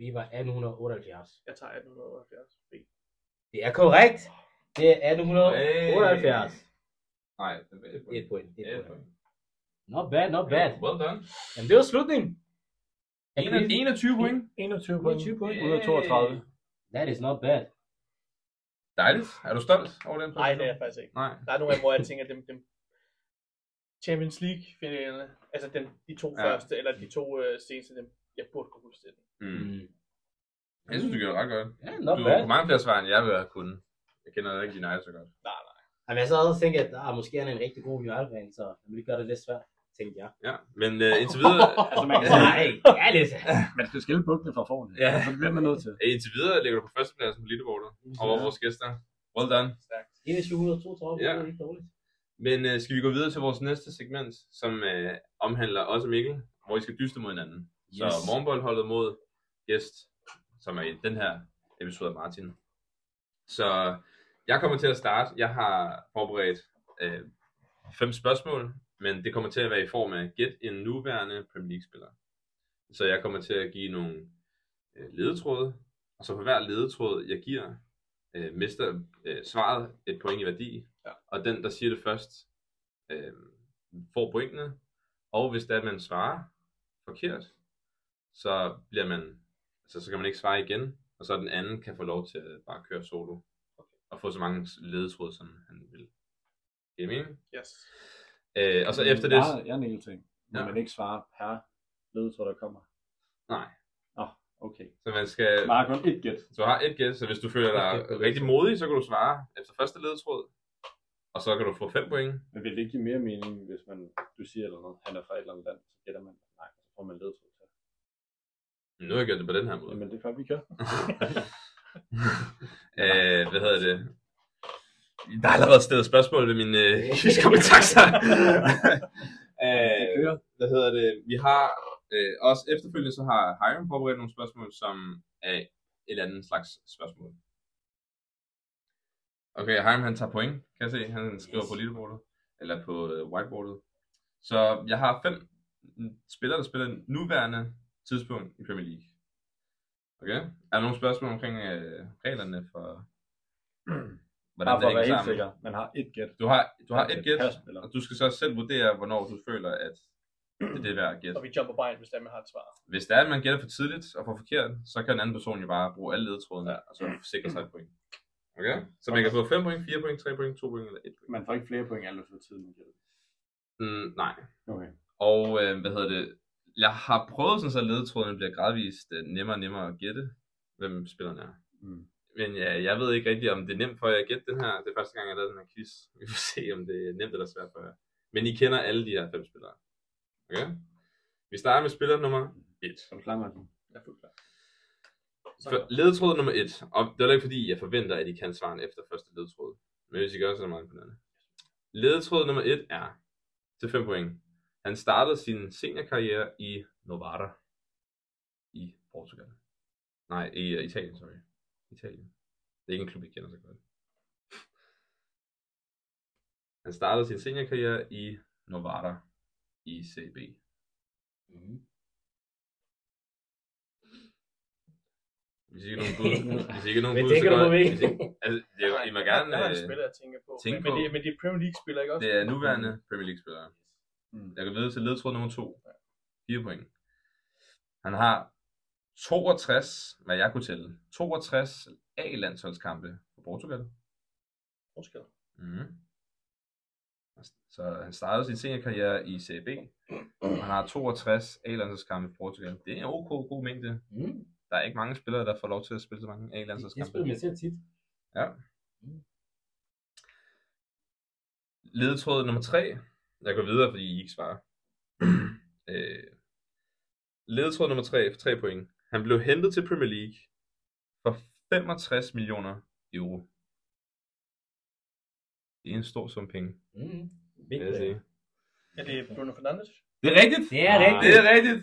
S2: Vi var 1878.
S4: Jeg tager 1870. B.
S2: Det er korrekt! Det er
S1: Nej,
S2: 1878.
S1: det var et
S2: Et
S1: point.
S2: point. Et
S1: Et
S2: point.
S1: point.
S2: Not bad, not bad.
S1: Well done.
S2: Jamen, det var slutningen. Jeg kan-
S1: 21 point.
S5: 21
S2: point.
S5: 21 point.
S1: Yeah.
S5: Ud af 32.
S2: That is not bad.
S1: Dejligt. Er du stolt over den
S4: Nej, det er jeg faktisk ikke.
S1: Nej.
S4: Der er nogle af dem, hvor jeg tænker, at dem, dem Champions League-finalerne, altså dem, de to
S1: Ja.
S4: ja. første, eller de to uh, seneste, dem, jeg burde kunne huske det.
S1: Mm.
S2: Mm.
S1: Jeg synes, du gjorde det ret godt.
S2: Ja, not
S1: Du
S2: bad.
S1: har mange flere svar, end jeg ville have kunnet. Jeg kender ikke din så godt.
S4: Nej, nej.
S2: Jamen, jeg så havde tænkt, at ah, måske er han en rigtig god United-fan, så han ville gøre det lidt svært, tænkte jeg.
S1: Ja, men uh, indtil videre...
S3: Altså, man kan sige,
S2: Nej, ja, lidt.
S3: man skal skille bukkene fra forne.
S1: Ja.
S3: Så det bliver man nødt til.
S1: Indtil videre ligger du på førstepladsen på leaderboardet over vores gæster. Well done.
S2: Inden 732,
S1: Ja.
S2: det er ikke dårligt.
S1: Men øh, skal vi gå videre til vores næste segment, som øh, omhandler også Mikkel, hvor I skal dyste mod hinanden. Yes. Så
S5: Yes.
S1: morgenboldholdet mod gæst, som er i den her episode af Martin. Så jeg kommer til at starte. Jeg har forberedt øh, fem spørgsmål, men det kommer til at være i form af gæt en nuværende Premier League-spiller. Så jeg kommer til at give nogle øh, ledetråde, og så for hver ledetråd, jeg giver, øh, mister øh, svaret et point i værdi, og den, der siger det først, øh, får pointene. Og hvis det er, at man svarer forkert, så bliver man, altså, så kan man ikke svare igen, og så den anden kan få lov til at bare køre solo. Og få så mange ledetråde, som han vil. Giver det mening?
S4: Yes.
S1: Øh, og så efter det,
S5: Jeg, jeg er en hel ting. Må
S1: Ja.
S5: ja. man ikke svare per ledetråd, der kommer?
S1: Nej.
S5: Nå, okay.
S1: så man skal,
S5: Man har kun et gæt.
S1: så du har et gæt, så hvis du føler dig rigtig modig, så kan du svare efter første ledetråd, og så kan du få 5 point.
S5: Men vil det ikke give mere mening, hvis man, du siger eller noget, han er fra et eller andet land, så gætter man, nej, så får man ledetråd til.
S1: Nu har jeg gjort det på den her måde.
S5: Jamen, det er godt, vi gør.
S1: øh, hvad hedder det? Der er allerede stillet spørgsmål ved min øh, kompetencer. øh,
S5: kører.
S1: hvad hedder det? Vi har øh, også efterfølgende, så har Hiram forberedt nogle spørgsmål, som er et eller andet slags spørgsmål. Okay, Hiram han tager point, kan jeg se. Han skriver yes. på leaderboardet, eller på øh, whiteboardet. Så jeg har fem en spiller, der spiller nuværende tidspunkt i Premier League. Okay? Er der nogle spørgsmål omkring øh, reglerne for, hvordan
S5: Bare for
S1: det
S5: at
S1: hænger
S5: være helt
S1: sammen?
S5: sikker. Man har et gæt.
S1: Du har, du har
S5: Per-
S1: et gæt,
S5: per spiller.
S1: og du skal så selv vurdere, hvornår du føler, at det er det værd at gætte.
S4: Og vi jumper bare ind, hvis der man har et svar.
S1: Hvis der er, at man gætter for tidligt og for forkert, så kan den anden person jo bare bruge alle ledetrådene her, og så sikre sig et point. Okay? Så man kan få 5 point, 4 point, 3 point, 2 point eller 1 point.
S5: Man får ikke flere point, alt for tiden.
S1: Mm, nej.
S5: Okay.
S1: Og øh, hvad hedder det? Jeg har prøvet sådan, så ledetrådene bliver gradvist øh, nemmere og nemmere at gætte, hvem spilleren er.
S5: Mm.
S1: Men ja, jeg ved ikke rigtigt, om det er nemt for jer at gætte den her. Det er første gang, jeg lavede den her quiz. Vi får se, om det er nemt eller svært for jer. Men I kender alle de her fem spillere. Okay? Vi starter med spiller nummer 1.
S5: Så du klar, Martin?
S4: Jeg er fuldt klar.
S1: For ledetråd nummer 1, og det er heller ikke fordi, jeg forventer, at I kan svaren efter første ledetråd. Men hvis I gør, så er det meget imponerende. Ledetråd nummer 1 er, til 5 point, han startede sin seniorkarriere i Novara i Portugal. Nej, i øh, Italien, sorry. Italien. Det er ikke en klub, jeg kender så godt. Han startede sin seniorkarriere i Novara i CB.
S2: Mm.
S1: Hvis I ikke har nogen bud, hvis I ikke har nogen
S2: Hvad
S1: bud,
S2: tænker
S1: så
S2: du på
S1: godt-
S2: mig?
S1: hvis I- Altså, det er, I må gerne...
S4: Der er en
S1: øh,
S4: spiller, jeg tænker på.
S1: tænke
S4: men, men,
S1: på.
S4: det, men det er Premier League-spiller, ikke også?
S1: Det er nuværende Premier League-spillere.
S5: Mm.
S1: Jeg kan videre til ledtråd nummer 2. 4 point. Han har 62, hvad jeg kunne tælle, 62 A-landsholdskampe for Portugal.
S4: Portugal.
S1: Mm. Så han startede sin seniorkarriere i CB. Han har 62 A-landsholdskampe for Portugal. Det er en ok god mængde.
S2: Mm.
S1: Der er ikke mange spillere, der får lov til at spille så mange
S2: Det, det spiller
S1: A-landsholdskampe.
S2: man selv tit.
S1: Ledetråd nummer 3. Jeg går videre, fordi I ikke svarer. øh, ledetråd nummer 3 for 3 point. Han blev hentet til Premier League for 65 millioner euro. Det er en stor sum penge.
S2: Mm.
S1: vil jeg sige.
S4: Er det Bruno Fernandes?
S1: Det er rigtigt!
S2: Det er rigtigt.
S1: Det er rigtigt!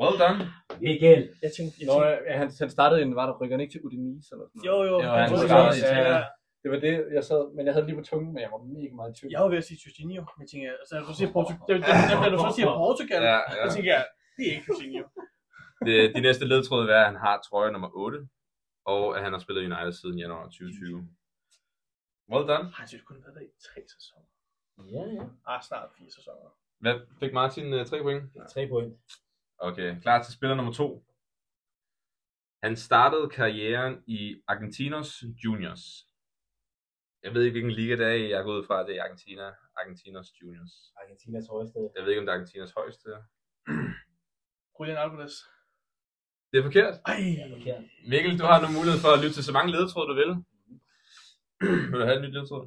S1: Well done!
S2: Mikkel.
S4: Jeg tænkte, jeg
S5: Nå,
S4: tænkte
S5: ja, han, han startede inden, var der rykker han ikke til Udinese eller sådan noget?
S4: jo, jo.
S1: Jo,
S4: jeg
S1: han
S4: troede,
S5: startede
S4: det
S5: i
S4: var-
S5: Italien.
S4: ja,
S5: Det var det, jeg sad, men jeg havde lige på tungen, men jeg var mega meget i tvivl.
S4: Jeg var ved at sige Jorginho, men jeg tænker, altså, når du siger Portugal, det, det, det, når du så siger Portugal,
S1: Ja,
S4: så
S1: ja.
S4: tænker jeg, det er ikke Jorginho.
S1: Det, de næste ledtråd er, at han har trøje nummer 8, og at han har spillet i United siden januar 2020. Well done!
S4: Han synes kun, været der i tre sæsoner.
S2: Ja, ja.
S4: Ah, snart fire sæsoner.
S1: Hvad fik Martin 3 point?
S2: Tre point.
S1: Okay, klar til spiller nummer to. Han startede karrieren i Argentinos Juniors. Jeg ved ikke, hvilken liga det er i. Jeg går ud fra, at det er Argentina. Argentinos Juniors.
S2: Argentinas højeste.
S1: Jeg ved ikke, om det er Argentinas højeste.
S4: Julian Alvarez.
S1: Det er forkert.
S4: Ej,
S2: Forkert.
S1: Mikkel, du har nu mulighed for at lytte til så mange ledetråde, du vil. vil du have en ny ledetråd?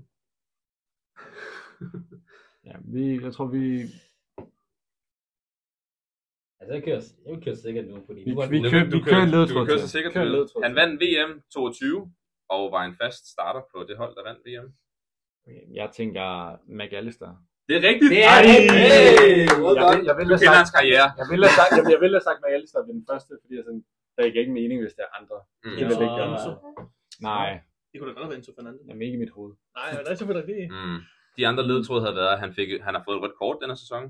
S5: Ja, vi, jeg tror, vi,
S2: Altså, jeg kører, jeg kører sikkert nu, fordi nu
S5: Vi-
S2: er
S5: vi-
S1: Du-
S5: kører-
S1: du
S5: vi kører en ledetråd
S1: Du kan køre
S5: til.
S1: så sikkert,
S5: Kør en
S1: du vil.
S5: ledetråd
S1: Han
S5: til.
S1: vandt VM 22 og var en fast starter på det hold, der vandt VM.
S5: jeg tænker McAllister.
S1: Det er rigtigt!
S2: Det er
S1: Ej!
S2: rigtigt!
S5: Jeg vil, jeg vil
S1: Du
S5: have
S1: kender
S5: sagt,
S1: hans karriere.
S5: jeg vil have sagt, jeg, jeg vil have sagt McAllister ved den første, fordi jeg sådan, der giver ikke mening, hvis det er andre.
S1: Mm.
S5: Det vil ikke
S2: Nå.
S5: gøre. Nej,
S4: Det kunne da godt have været Enzo Fernandes.
S5: jeg er ikke i mit hoved.
S4: Nej, men det er selvfølgelig det.
S1: Mm. De andre ledtråde havde været, at han, fik, han har fået et rødt kort den her sæson,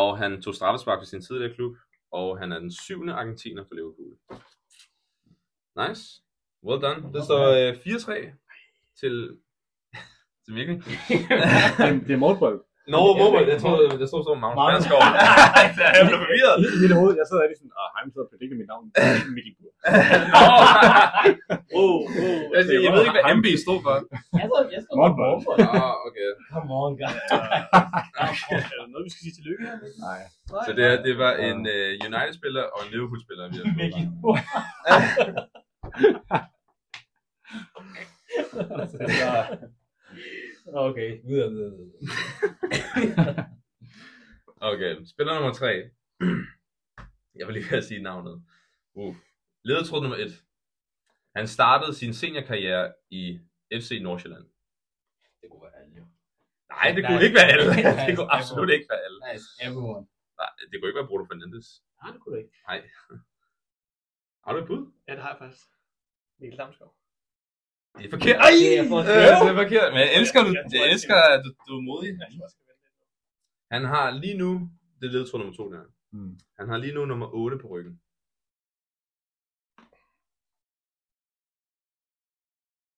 S1: og han tog straffespark for sin tidligere klub, og han er den syvende argentiner for Liverpool. Nice. Well done. Det står øh, 4-3 til, til Mikkel.
S5: Det, det er målbrøl.
S1: Nå, Mobile, jeg tror, det, det stod som Magnus
S2: Magnus.
S1: Bernskov. jeg blev forvirret.
S5: I mit hoved, jeg sad rigtig sådan, og han sidder og predikker mit navn. Mikkel Bur.
S1: Nå,
S4: Wow, Altså, wow.
S1: jeg, jeg, ved ikke, hvad MB stod for.
S2: Jeg så, jeg så
S5: Morten.
S1: Nå, okay.
S2: Come on, guys.
S4: Er der noget, vi skal sige tillykke her?
S5: Nej.
S4: Nej.
S1: Så det, her, det var en uh, United-spiller og en Liverpool-spiller, vi har fået.
S2: okay, videre, videre, videre.
S1: Okay, spiller nummer 3. Jeg vil lige ved at sige navnet. Uh. Ledetråd nummer 1. Han startede sin seniorkarriere i FC Nordsjælland.
S2: Det kunne være alle.
S1: Nej, det kunne
S2: Nej.
S1: ikke være alle.
S2: Nej,
S1: Det kunne
S2: nej,
S1: absolut
S2: nej.
S1: ikke være alle.
S2: Nice, everyone.
S1: Nej, det kunne ikke være Bruno Fernandes.
S2: Nej, det kunne du ikke.
S1: Har du et bud?
S4: Ja, det har jeg faktisk. Mikkel Damsgaard.
S1: Det er forkert. Ej,
S2: Det er for-
S1: øh, det er forkert. Men jeg elsker, du,
S4: Jeg tror,
S1: jeg
S4: jeg
S1: elsker at du, du er modig.
S4: Jeg tror, jeg skal vente lidt.
S1: Han har lige nu det er ledtråd nummer to, der.
S5: Mm.
S1: Han har lige nu nummer 8 på ryggen.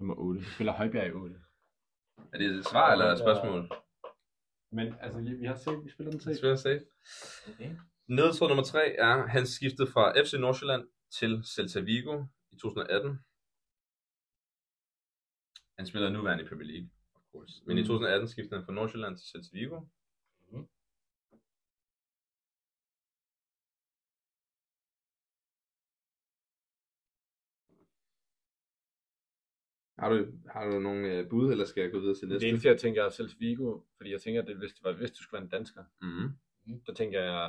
S5: Nummer 8. Vi spiller Højbjerg i 8.
S1: Er det et svar eller et spørgsmål?
S5: Men altså, vi, vi har set, vi spiller den 3.
S1: Det er safe.
S2: Okay.
S1: Nedtråd nummer 3 er, han skiftede fra FC Nordsjælland til Celta Vigo i 2018. Han spiller nuværende i Premier League, of course. Men i
S5: Mm. Mm-hmm.
S1: 2018 skiftede han fra Nordsjælland til Celta Vigo.
S2: Mhm.
S1: Har du, har du nogle øh, bud, eller skal jeg gå videre til
S5: Det
S1: næste?
S5: eneste, jeg tænker, er selv Vigo, fordi jeg tænker, at det, hvis, det var, hvis du skulle være en dansker,
S1: Mm-hmm.
S5: så tænker jeg,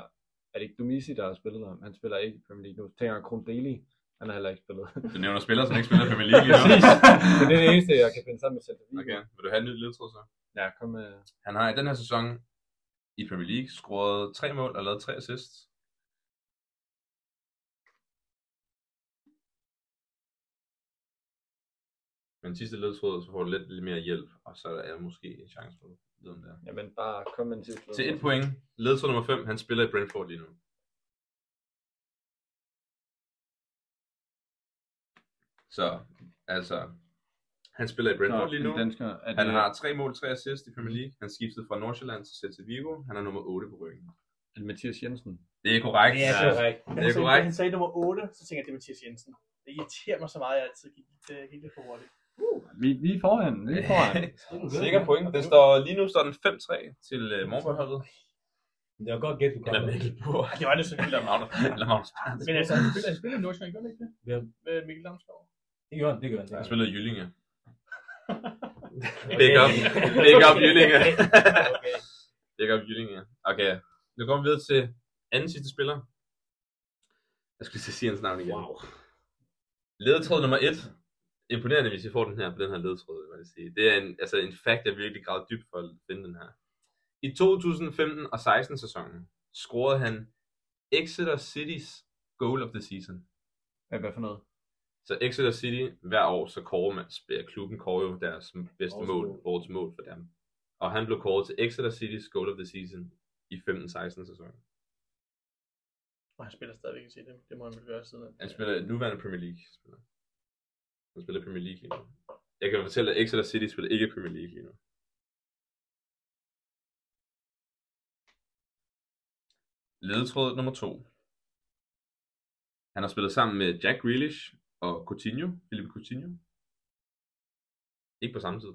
S5: er det ikke Dumisi, der har spillet der? Men Han spiller ikke i Premier League nu. Så tænker jeg, Kron Deli, han har heller ikke spillet.
S1: Du nævner spillere, som ikke spiller i Premier League lige nu.
S5: Præcis. det er det eneste, jeg kan finde sammen med Celta Vigo.
S1: Okay, vil du have en ny ledtråd så?
S5: Ja, kom med.
S1: Han har i den her sæson i Premier League scoret tre mål og lavet tre assists. Men sidste ledtråd, så får du lidt, lidt mere hjælp, og så er der måske en chance for at vide om det er.
S5: Jamen, bare kom med en sidste.
S1: Til et point, ledtråd nummer 5, han spiller i Brentford lige nu. Så, altså, han spiller i Brentford lige nu.
S3: Dansker, er det,
S1: Han har tre mål, tre assist i Premier League. Han skiftede fra Nordsjælland til Celta Vigo. Han er nummer 8 på ryggen.
S5: Er det Mathias Jensen.
S1: Det er korrekt.
S2: Det er korrekt.
S1: det
S4: Han
S1: er
S4: sagde, da
S1: korrekt.
S4: han sagde nummer 8, så tænkte jeg, det er Mathias Jensen. Det irriterer mig så meget, at jeg altid gik, øh, gik lidt for hurtigt.
S3: vi, vi er foran, vi er foran.
S1: Sikker point. Den står, lige nu står den 5-3 til uh, Morberholdet.
S2: Det var godt gæt, du kom.
S1: Eller Mikkel Bur.
S4: Ej, det var lidt sådan vildt.
S1: Eller Magnus. Eller Magnus. Brandt.
S4: Men altså, han spiller, han spiller i Nordsjælland, gør han ikke det?
S2: Ja.
S4: Med Mikkel Damsgaard.
S2: Det gjorde han, det gjorde han.
S1: Han spillede i Jyllinge. Big up. Big up Jyllinge.
S2: Okay.
S1: Big up Jyllinge. Okay. Nu kommer vi videre til anden sidste spiller. Jeg skulle til at sige hans navn igen.
S2: Wow.
S1: Ledetråd nummer 1. Imponerende, hvis I får den her på den her ledetråd, vil jeg sige. Det er en, altså en fact, jeg virkelig gravede dybt for at finde den her. I 2015 og 16 sæsonen scorede han Exeter City's goal of the season.
S3: Ja, hvad for noget?
S1: Så Exeter City hver år, så kårer man, spiller klubben kårer jo deres bedste
S2: Årets
S1: mål,
S2: mål.
S1: årets mål for dem. Og han blev kåret til Exeter City's goal of the season i 15-16 sæsonen.
S4: Og han spiller stadigvæk i det. Det må han vel gøre siden. at-
S1: Han spiller nuværende Premier League. Spiller. Han spiller Premier League lige nu. Jeg kan fortælle, at Exeter City spiller ikke Premier League lige nu. Ledetråd nummer 2. Han har spillet sammen med Jack Grealish og Coutinho, Philippe Coutinho. Ikke på samme tid.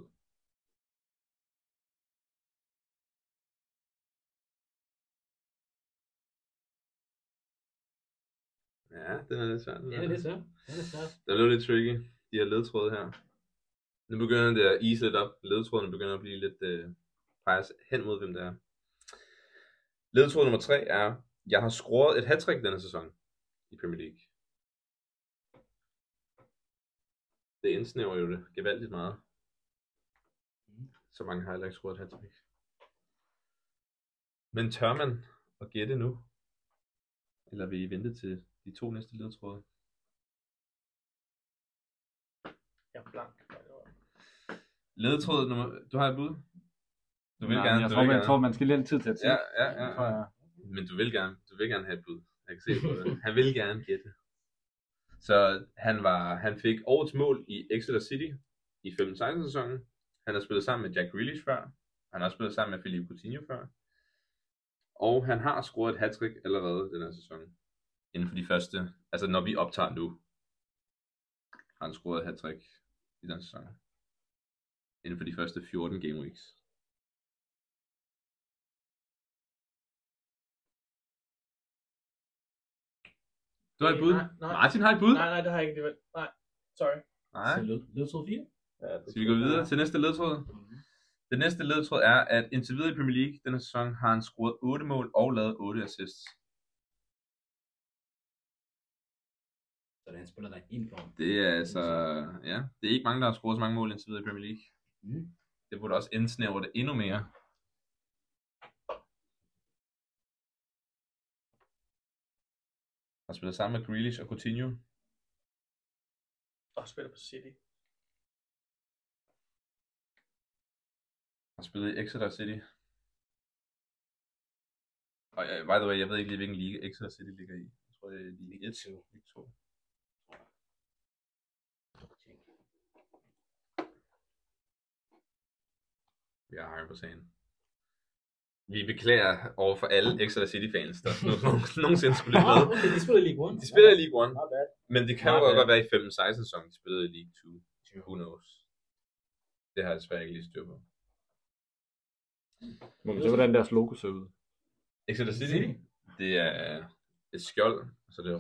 S1: Ja, den er lidt svær. den
S2: Det
S1: her.
S2: er det så. Det er det så.
S1: Det blev lidt tricky, de her ledtråde her. Nu begynder det at ease lidt op. Ledtrådene begynder at blive lidt øh, peges hen mod, hvem det er. Ledtråd nummer 3 er, jeg har scoret et hat denne sæson i Premier League. Det indsnæver jo det gevaldigt meget. Så mange har heller ikke scoret et hat Men tør man at gætte nu? Eller vil I vente til de to næste ledtråde?
S4: Jeg er blank.
S1: Ledtråd nummer... Du har et bud? Du vil
S3: Nej,
S1: gerne,
S3: men jeg,
S1: du
S3: tror,
S1: vil
S3: jeg
S1: gerne.
S3: tror, man skal lidt tid til at
S1: ja,
S3: tænke.
S1: ja, ja,
S3: tror jeg.
S1: Men du vil gerne, du vil gerne have et bud. Jeg kan se på det. Han vil gerne gætte. Så han, var, han fik årets mål i Exeter City i 15-16 sæsonen. Han har spillet sammen med Jack Grealish før. Han har også spillet sammen med Philippe Coutinho før. Og han har scoret et hattrick allerede den her sæson. Inden for de første, altså når vi optager nu, har han scoret et hattrick i den sæson. Inden for de første 14 game weeks. Du har et bud?
S4: Nej, nej.
S1: Martin har et bud?
S4: Nej, nej, det har jeg ikke alligevel. Nej, sorry.
S1: Nej.
S2: Så lød- Ledtråd 4.
S5: Ja, det
S1: Skal vi gå videre til næste ledtråd? Den næste ledtråd er, at indtil videre i Premier League denne sæson har han scoret 8 mål og lavet 8 assists.
S2: Så han spiller der er en form.
S1: Det er altså, ja, det er ikke mange, der har scoret så mange mål indtil videre i Premier League.
S2: Mm.
S1: Det burde også indsnævre det endnu mere. Han spiller sammen med Grealish og Coutinho.
S4: Og spiller på City.
S1: Han spillede i Exeter City. Og uh, by the way, jeg ved ikke lige, hvilken liga Exeter City ligger i. Jeg tror, det er lige 1,
S2: to.
S1: League 2. Vi har Harry på sagen. Vi beklager over for alle Exeter City-fans, der nu- nu- nogensinde skulle lytte med.
S2: okay, de spiller i League One.
S1: De spiller i League One,
S2: Not bad.
S1: men det kan jo
S3: Meget
S1: godt
S3: bad.
S1: være i 15-16 sæson, de spillede i League 2. Who knows? Det har jeg desværre ikke lige styr på.
S5: Må man se, hvordan deres logo ser ud?
S1: Exeter City, City. det er et skjold, så det er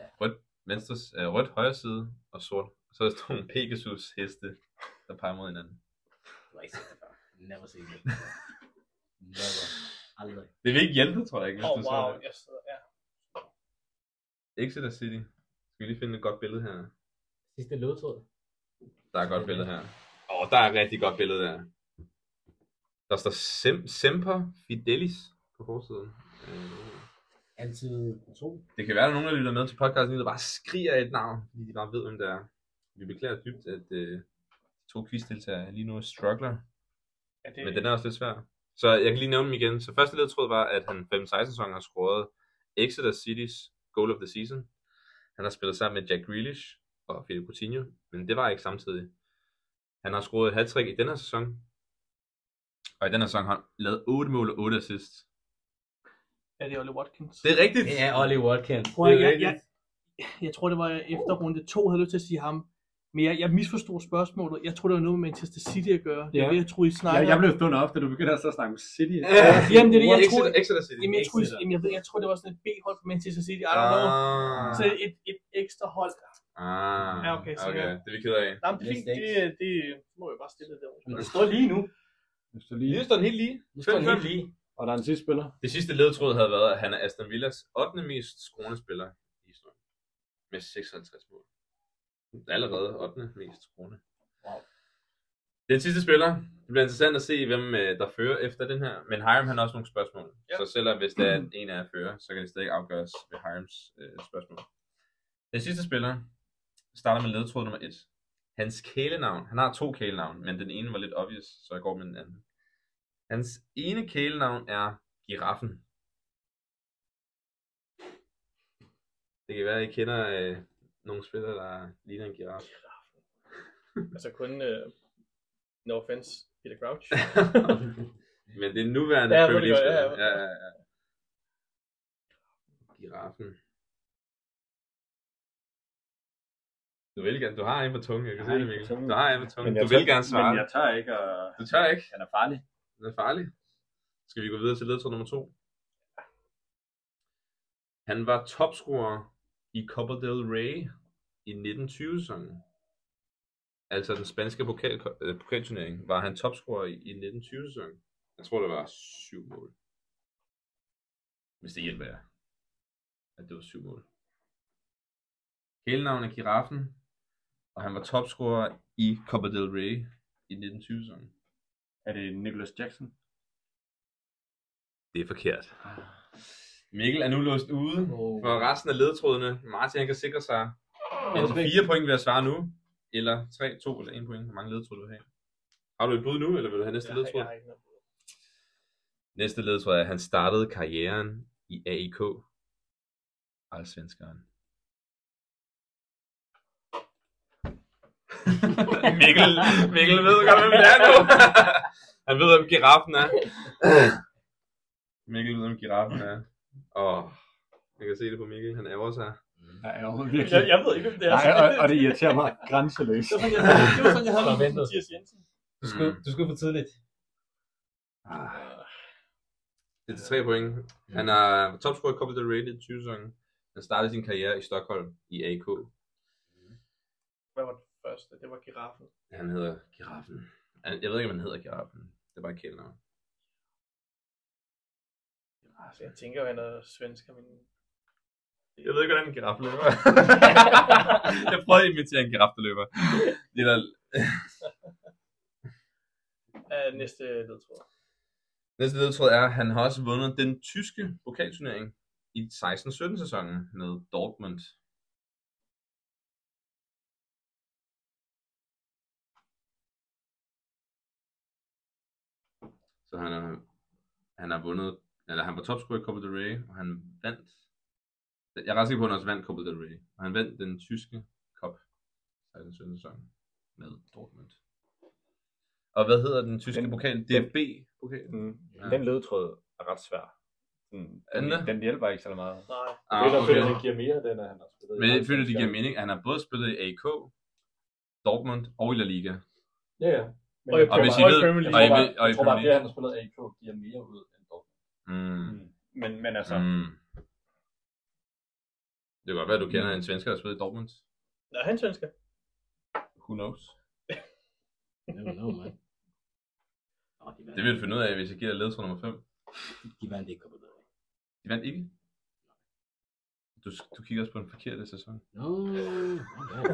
S2: Ja.
S1: rødt, venstre, øh, rødt højre side og sort. Så er der sådan nogle Pegasus heste, der peger mod hinanden.
S2: Du har ikke set det før. Never seen it. Never. Aldrig.
S1: Det vil ikke hjælpe, tror jeg ikke, hvis
S4: Åh,
S1: du
S4: oh,
S1: så
S4: wow.
S1: det.
S4: Jeg sidder, ja.
S1: Exeter City. Skal vi lige finde et godt billede her?
S2: Sidste lødtråd.
S1: Der er et godt billede her. Åh, oh, der er et rigtig godt billede der. Der står Sem- Semper Fidelis på forsiden. Øh,
S2: Altid to.
S1: Det kan være, at der er nogen, der lytter med til podcasten, der bare skriger et navn, fordi de bare ved, hvem det er. Vi beklager dybt, at øh, to quizdeltagere lige nu struggler,
S4: ja
S1: det...
S4: det,
S1: men den er også lidt svær. Så jeg kan lige nævne dem igen. Så første ledtråd var, at han 5-16 sæsonen har scoret Exeter City's Goal of the Season. Han har spillet sammen med Jack Grealish og Philip Coutinho, men det var ikke samtidig. Han har scoret et hat i den her sæson, og i den her sæson har han lavet 8 mål og 8 assists.
S4: ja, det er Ollie Watkins.
S1: Det er rigtigt!
S2: Det er Ollie Watkins.
S4: Prøv at,
S1: Det er
S4: jeg,
S1: rigtigt.
S4: jeg, jeg tror, det var efter runde to, havde jeg lyst til at sige ham. Men jeg, jeg misforstod spørgsmålet. Jeg tror, det var noget med Manchester City at gøre. Det
S5: Ja.
S4: er det, jeg tror, I snakker om.
S5: blev stundet op, da du begynder at snakke om City.
S4: Jamen, det er det, jeg tror.
S1: Exeter, Exeter City.
S4: Jamen, jeg tror,
S5: Exeter.
S4: jamen, jeg, ved, jeg tror, det var sådan et B-hold for Manchester City. I don't know.
S1: Ah.
S4: Så et, et ekstra hold.
S1: Ah,
S4: Ja, okay, så
S1: okay.
S4: ja.
S1: Det er vi ked af.
S4: Jamen, det,
S2: Yes,
S4: fik,
S2: thanks.
S4: det, det må jeg bare stille derovre.
S2: Men det står lige nu.
S5: Hvis du lige...
S1: står den helt lige.
S2: Nu står den helt lige.
S5: Og der er en sidste spiller.
S1: Det sidste ledtråd havde været, at han er Aston Villas 8. mest scorende spiller i historien. Med 56 mål. Allerede 8. mest scorende.
S2: Wow.
S1: Den sidste spiller. Det bliver interessant at se, hvem øh, der fører efter den her. Men Hiram han har også nogle spørgsmål.
S4: Ja.
S1: Så selvom hvis der er en af jer fører, så kan det stadig afgøres ved Hirams øh, spørgsmål. Den sidste spiller starter med ledtråd nummer 1. Hans kælenavn. Han har to kælenavn, men den ene var lidt obvious, så jeg går med den anden. Hans ene kælenavn er Giraffen. Det kan være, at I kender øh, nogle spillere, der ligner en giraf.
S4: Altså kun, uh, no offense, Peter Crouch.
S1: Men det er nuværende
S4: Ja, jeg
S1: Premier
S4: ved det godt,
S1: League-spiller.
S4: ja, ja.
S1: ja, ja. Giraffen. Du vil gerne, du har en på tungen, jeg kan
S5: Jeg
S1: se
S5: har
S1: det,
S5: en på
S1: Mikkel.
S5: tungen.
S1: Du har en på tungen,
S5: Men jeg
S1: du vil
S5: tør-
S1: gerne svare.
S3: Men jeg tør ikke, og
S1: Du tør ikke,
S3: han er farlig.
S1: den er farlig. Skal vi gå videre til ledtråd nummer to? Han var topscorer i Copa del Rey i 1920-sæsonen. Altså den spanske pokal, øh, pokalturnering, var han topscorer i, i 1920-sæsonen. Jeg tror, det var syv mål. Hvis det hjælper jer. At det var syv mål. Kælenavnet er Giraffen, og han var topscorer i Copa del Rey i 1920-sæsonen.
S3: Er det Nicholas Jackson?
S1: Det er forkert. Ah. Mikkel er nu låst ude
S2: Oh.
S1: for resten af ledtrådene. Martin han kan sikre sig enten 4 point ved at svare nu, eller 3, 2 eller 1 point. Hvor mange ledtråd du vil have? Har du et bud nu, eller vil du have næste
S4: Jeg
S1: ja,
S4: har-
S1: ledtråd?
S4: jeg har ikke noget.
S1: Næste ledtråd er, at han startede karrieren i AIK. Allsvenskeren. Mikkel, Mikkel ved godt, hvem det er nu. Han ved, hvem giraffen er. Mikkel ved, hvem giraffen er. Og jeg kan se det på Mikkel, han ærger sig.
S5: Nej, jeg,
S4: Jeg, jeg ved ikke, hvem det er.
S5: Nej, og, og det irriterer mig grænseløst.
S4: Det var sådan, jeg havde, det var sådan, jeg havde med
S2: Forventet.
S4: Mathias Jensen.
S2: Du skal,
S1: Mm.
S2: du skal for tidligt.
S1: Ah. Det er til tre point. Han er topscorer i Copa del Rey i 20 sæsonen. Han startede sin karriere i Stockholm i AIK.
S4: Hvad var det første? Det var giraffen.
S1: Han hedder Giraffen. Han- Jeg ved ikke, om han hedder Giraffen. Det er bare et kælenavn.
S4: Altså, jeg tænker, han er svensker, men...
S1: Jeg ved ikke, hvordan en giraf løber. jeg prøvede at imitere en giraf, der løber. Det der...
S4: Uh, næste ledtråd.
S1: Næste ledtråd er, at han har også vundet den tyske pokalturnering i 16-17 sæsonen med Dortmund. Så han har, han har vundet eller han var topscorer i Copa del Rey, og han vandt. Jeg er ret sikker på, at han også vandt Copa del Rey. Og han vandt den tyske cup, altså den sæson, med Dortmund. Og hvad hedder den tyske
S5: Den-
S1: pokal?
S5: den-
S1: DFB-pokalen?
S5: Mm.
S1: Ja.
S5: Ja. Den ledtråd er ret svær. Mm.
S1: Er den
S5: Den,
S1: det?
S5: den hjælper ikke så meget.
S4: Nej.
S5: Ah, okay. føler, det giver mere, den er han også.
S1: Men jeg føler, det giver mening. at Han har både spillet i AK, Dortmund og i La Liga.
S5: Ja, ja. Men,
S4: Og
S5: jeg
S4: i
S1: Og
S5: tror
S1: hvis I
S4: Premier-
S5: bare-
S4: og i
S1: ved,
S4: Premier League.
S1: og I ved, og i
S5: jeg tror bare- jeg tror bare,
S1: Premier
S5: det,
S1: League.
S5: han har spillet AK, giver mere ud end Dortmund.
S1: Mm,
S5: Men, men altså, mm.
S1: mm. Det kan godt være, at du kender en svensker, der spillede i Dortmund.
S4: Nå, han svensker.
S5: who knows?
S2: Never know, man. Nå, de vandt,
S1: Det vil vi finde ud af, hvis jeg giver dig ledtråd nummer 5.
S2: de vandt ikke Copa del Rey.
S1: De vandt ikke. Du, du kigger også på den forkerte sæson.
S2: Nå, my bad.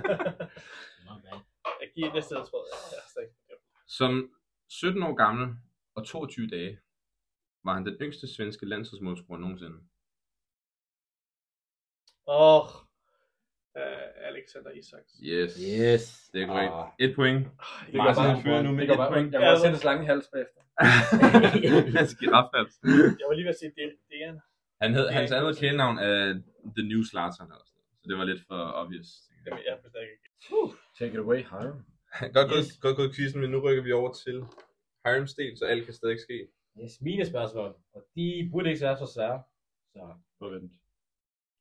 S2: My bad.
S4: Jeg giver næste ledtråd. Ja, slet ikke.
S1: Som 17 år gammel og 22 dage, var han den yngste svenske landsholdsmålscorer nogensinde.
S4: Åh. Øh, Alexander Isaks.
S1: Yes.
S2: Yes.
S1: Det er korrekt.
S5: Ah.
S1: Et point.
S5: Det
S1: Martin
S5: bare-
S1: fyrer nu med
S5: det går
S1: et
S5: bare-
S1: point.
S5: Jeg kan bare sætte en slange i hals bagefter.
S1: Giraffat.
S4: Jeg var lige ved at sige, det det er en.
S1: Han hed, hans andet kælenavn er The New Zlatan. Eller sådan. noget. Så det var lidt for obvious.
S4: Jeg ved, jeg forstår ikke.
S5: Take it away, Hiram.
S1: Godt gået, yes. godt gået quizzen, men nu rykker vi over til Hiram's del, så alt kan stadig ske.
S2: Yes, mine spørgsmål. Og de burde ikke være så svære. Så,
S5: Forvent.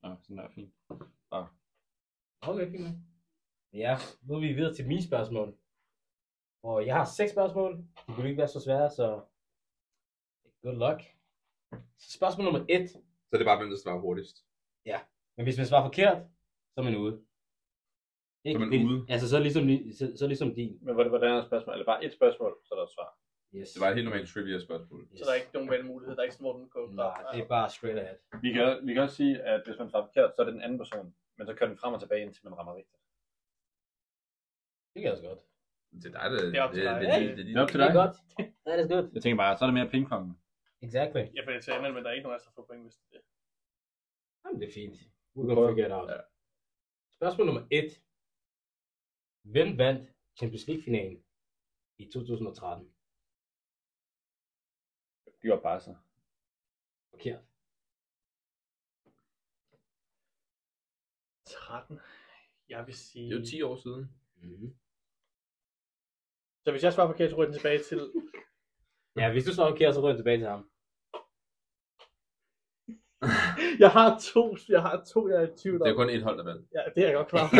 S5: Nå, sådan der er fint.
S2: okay, fint. nok. Ja, nu er vi videre til mine spørgsmål. Og jeg har seks spørgsmål. De burde ikke være så svære, så good luck. Så spørgsmål nummer et.
S1: Så det er bare, hvem der svarer hurtigst.
S2: Men hvis man svarer forkert, så er man ude. Ikke?
S1: Så er man
S2: Det-
S1: ude.
S2: Altså, så er det ligesom, ni- så, så er det ligesom din.
S5: Men hvordan- hvordan er spørgsmål? Eller bare et spørgsmål, så er der et svar.
S2: Yes.
S1: Det var et helt normalt trivia spørgsmål.
S2: Yes.
S4: Så der er ikke nogen valgmulighed. Der er ikke sådan, hvor den går.
S2: Nej, det er bare straight ahead.
S5: Vi kan, vi kan også sige, at hvis man svarer forkert, så er det den anden person. Men så kører den frem og tilbage, indtil man rammer rigtigt.
S2: Det kan jeg også godt.
S1: Det er dig, der...
S4: Det er op til dig.
S1: Det, det, det, det,
S5: Det er op til
S2: Det
S5: dig.
S2: er godt. That is good.
S5: Jeg tænker bare, så er det mere pingpong.
S2: Exactly.
S4: Jeg finder til anden, men der er ikke nogen af os, der får point, hvis det er det.
S2: Jamen, det er fint. We're gonna figure it out.
S5: Ja.
S2: Spørgsmål nummer 1. Hvem vandt Champions League-finalen i 2013?
S5: De var bare så.
S2: Forkert.
S4: 13. Jeg vil sige...
S1: det er jo 10 år siden.
S2: Mm-hmm.
S4: Så hvis jeg svarer forkert, så ryger den tilbage til...
S2: Ja, hvis du svarer forkert, så ryger jeg tilbage til ham.
S4: Jeg har to, jeg har to, jeg er i tvivl
S1: Det
S4: om.
S1: er kun et hold, der vandt.
S4: Ja, det er jeg godt klar over.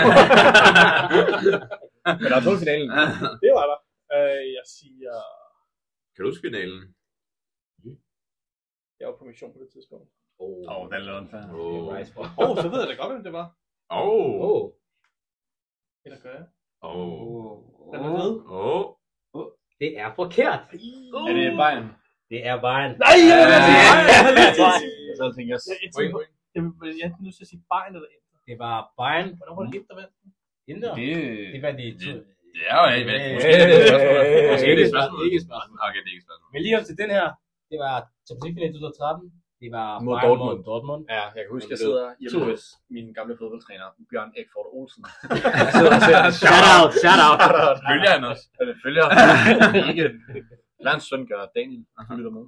S5: Men der er to i finalen.
S4: det var der. Øh, jeg siger...
S1: kan du huske finalen?
S4: Jeg var på mission på det tidspunkt.
S2: Åh,
S5: Åh, den er lidt unfair.
S1: Åh.
S4: Åh, oh, så ved jeg da godt, hvem det var.
S1: Åh! Åh!
S2: Åh.
S4: Eller gør jeg?
S1: Åh!
S4: Den er ved.
S1: Åh!
S2: Det er forkert.
S5: Er det Bayern?
S2: Det er vejen.
S4: Nej, jeg var nødt til
S1: Ja.
S4: Jeg var nødt til at sige...
S5: Så tænker jeg,
S4: Jeg- Jeg
S1: Point, point.
S4: tænker- jeg vil- jeg er nødt til at sige Bayern eller Inter.
S2: Det var vejen.
S4: Hvornår var det Inter vandt?
S2: Inder.
S5: det...
S2: Det vandt i to.
S1: Det- Det er jo et valg. Måske
S2: Øh,
S1: er det et spørgsmål.
S5: øh,
S1: Måske er det et
S2: ikke
S1: spørgsmål.
S2: spørgsmål, ikke spørgsmål.
S1: Okay, det er ikke et spørgsmål.
S2: Men lige op til den her, det var Champions League-finalen i 2013. Det var
S5: Mod
S2: Bayern
S5: Dortmund.
S2: mod Dortmund.
S5: Ja, jeg kan huske,
S2: Men
S5: jeg
S2: det-
S5: sidder hjemme
S2: to-
S5: hos min gamle fodboldtræner, Bjørn Ekford Olsen. Jeg sidder og ser
S2: Shout out, shout out.
S1: Følger han os?
S5: Eller følger. Ikke. Lad hans søn gøre, Daniel. Du lytter med.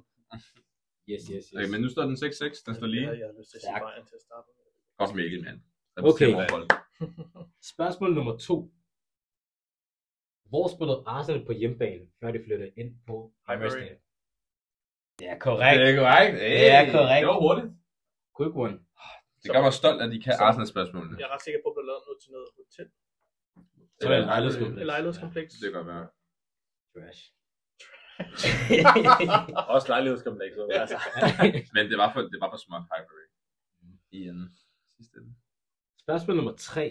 S2: Yes, yes, yes.
S1: Okay, men nu står den 6-6. Den står lige.
S4: Jeg- Jeg har lyst til at sige
S2: Stærkt.
S4: Bayern til at starte med.
S1: Godt Mikkel, mand. Der
S2: Okay.
S1: bestemmer folk.
S2: Spørgsmål nummer to. Hvor spillede Arsenal på hjemmebane, før de flyttede ind på
S4: Highbury.
S2: Stadium? Det er korrekt.
S1: Det er korrekt.
S2: Det er korrekt.
S1: Det var hurtigt.
S2: Quick one.
S1: Det gør mig stolt, at I kan
S4: Så-
S1: Arsenal-spørgsmålene.
S4: Jeg er ret sikker på, at det blev lavet noget til noget hotel.
S2: Så er det en
S4: Et
S2: lejlighedskompleks.
S4: lejlighedskompleks.
S1: Det kan godt være.
S2: Trash.
S5: Også lejlighedskomplekset. Altså.
S1: Men det var for, det var for småt Highbury. I en sidste ende.
S2: Spørgsmål nummer tre.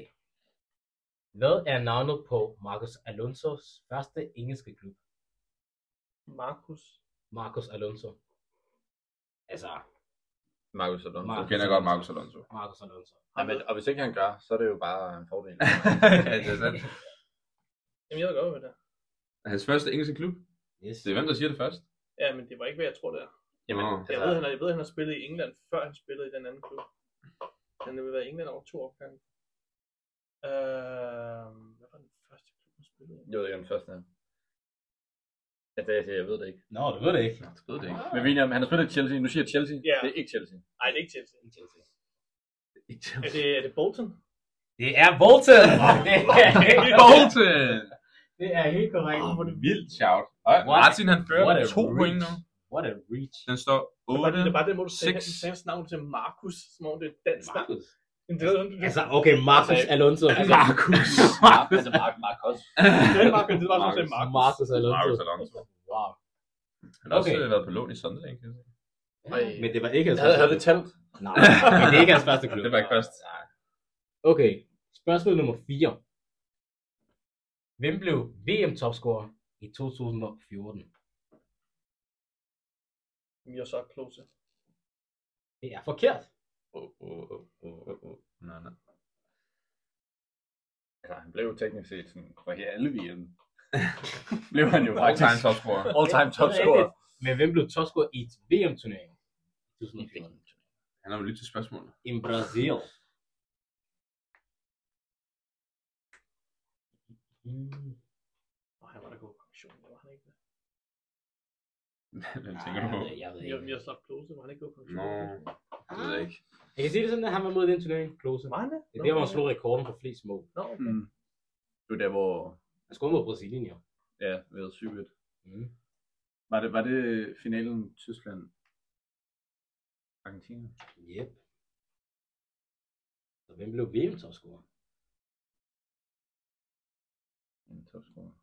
S2: Hvad er navnet på Marcos Alonso's første engelske klub?
S4: Markus.
S2: Marcos Alonso. Altså,
S5: Markus Alonso.
S1: Du kender godt Marcus Alonso.
S2: Marcos Alonso.
S5: Ja, men, og hvis ikke han gør, så er det jo bare en fordel.
S1: ja, det er sandt.
S4: Jamen, jeg ved godt, hvad det er.
S1: Hans første engelske klub.
S2: Yes.
S1: Det er hvem, der siger det først.
S4: Ja, men det var ikke, hvad jeg tror, det er.
S5: Jamen,
S1: Nå.
S4: Jeg
S5: altså,
S4: ved, han har, jeg ved, han har spillet i England, før han spillede i den anden klub. Han vil være i England over to opgange. Øh, hvad var Øhm, den første klub, han spillede i?
S5: jeg ved ikke, om den første er. Jeg, jeg, jeg ved det ikke.
S2: Nå, du ved det ikke.
S1: Jeg ved det ikke.
S5: Men William, han har spillet i Chelsea. Nu siger jeg Chelsea.
S4: Ja.
S5: Det er ikke Chelsea.
S4: Nej, det er ikke Chelsea.
S1: Ikke
S4: Er det, er det Bolton?
S2: Det er Bolton! det, er,
S1: Bolton!
S2: det er helt korrekt.
S1: Åh, hvor er det vildt shout. Og
S2: What-
S1: Martin han fører
S2: what
S1: med
S2: a
S1: to
S2: reach.
S1: point nu.
S2: What a reach.
S1: Den står
S4: Det var,
S1: 8.
S4: det var den, hvor du sagde,
S1: seks.
S4: sagde hans navn til Markus, som om det er et dansk navn.
S2: Markus.
S4: Men Det er sådan, det-
S2: Altså, okay, Markus
S4: Altså,
S2: Alonso.
S1: Markus.
S5: Altså, Mark, Mark Hoss.
S4: det er Markus, det var sådan, at Markus.
S2: Markus
S1: Marcus
S2: Alonso.
S1: Alonso.
S2: Wow.
S1: Han har også
S2: Okay.
S1: øh, været på lån i Sunderland. kan jeg sige.
S2: Men det var ikke hans
S5: havde, havde det
S2: klub.
S5: talt?
S2: Nej, men det er ikke hans første klub.
S1: Det var ikke først.
S2: Okay, spørgsmål nummer 4. Hvem blev VM-topscorer i 2014?
S4: Vi er så close.
S2: Det er forkert.
S1: Åh, åh, åh, åh, åh, åh. Nej, nej.
S5: Altså, han blev jo teknisk set sådan, for her alle VM. blev han jo
S1: All time
S5: faktisk.
S1: topscorer.
S5: All time top scorer.
S2: Men hvem blev topscorer i et VM-turnering? i 2014.
S1: Han har jo lyttet til spørgsmålet.
S2: I Brasil. Mm.
S4: Og han var da gået på pension, det var han ikke.
S1: Hvem tænker
S5: Ah,
S1: du på?
S2: Ej, Jeg ved
S4: Vi er, vi
S2: ikke.
S4: er så close, var han ikke gået på pension?
S1: Nå, jeg ved det ikke.
S2: Jeg kan sige det sådan, at han var mod i den turnering, Klose.
S4: Var han det?
S2: Det er der, hvor han slog rekorden for flest mål.
S4: Nå, okay.
S5: Mm. Det var der, hvor...
S2: Han scorede mod Brasilien, jo.
S5: Ja, ved 7
S2: Mm.
S5: Var det, var det finalen Tyskland? Argentina?
S2: Yep. Så hvem blev VM-topscorer?
S5: En topscorer.
S2: Det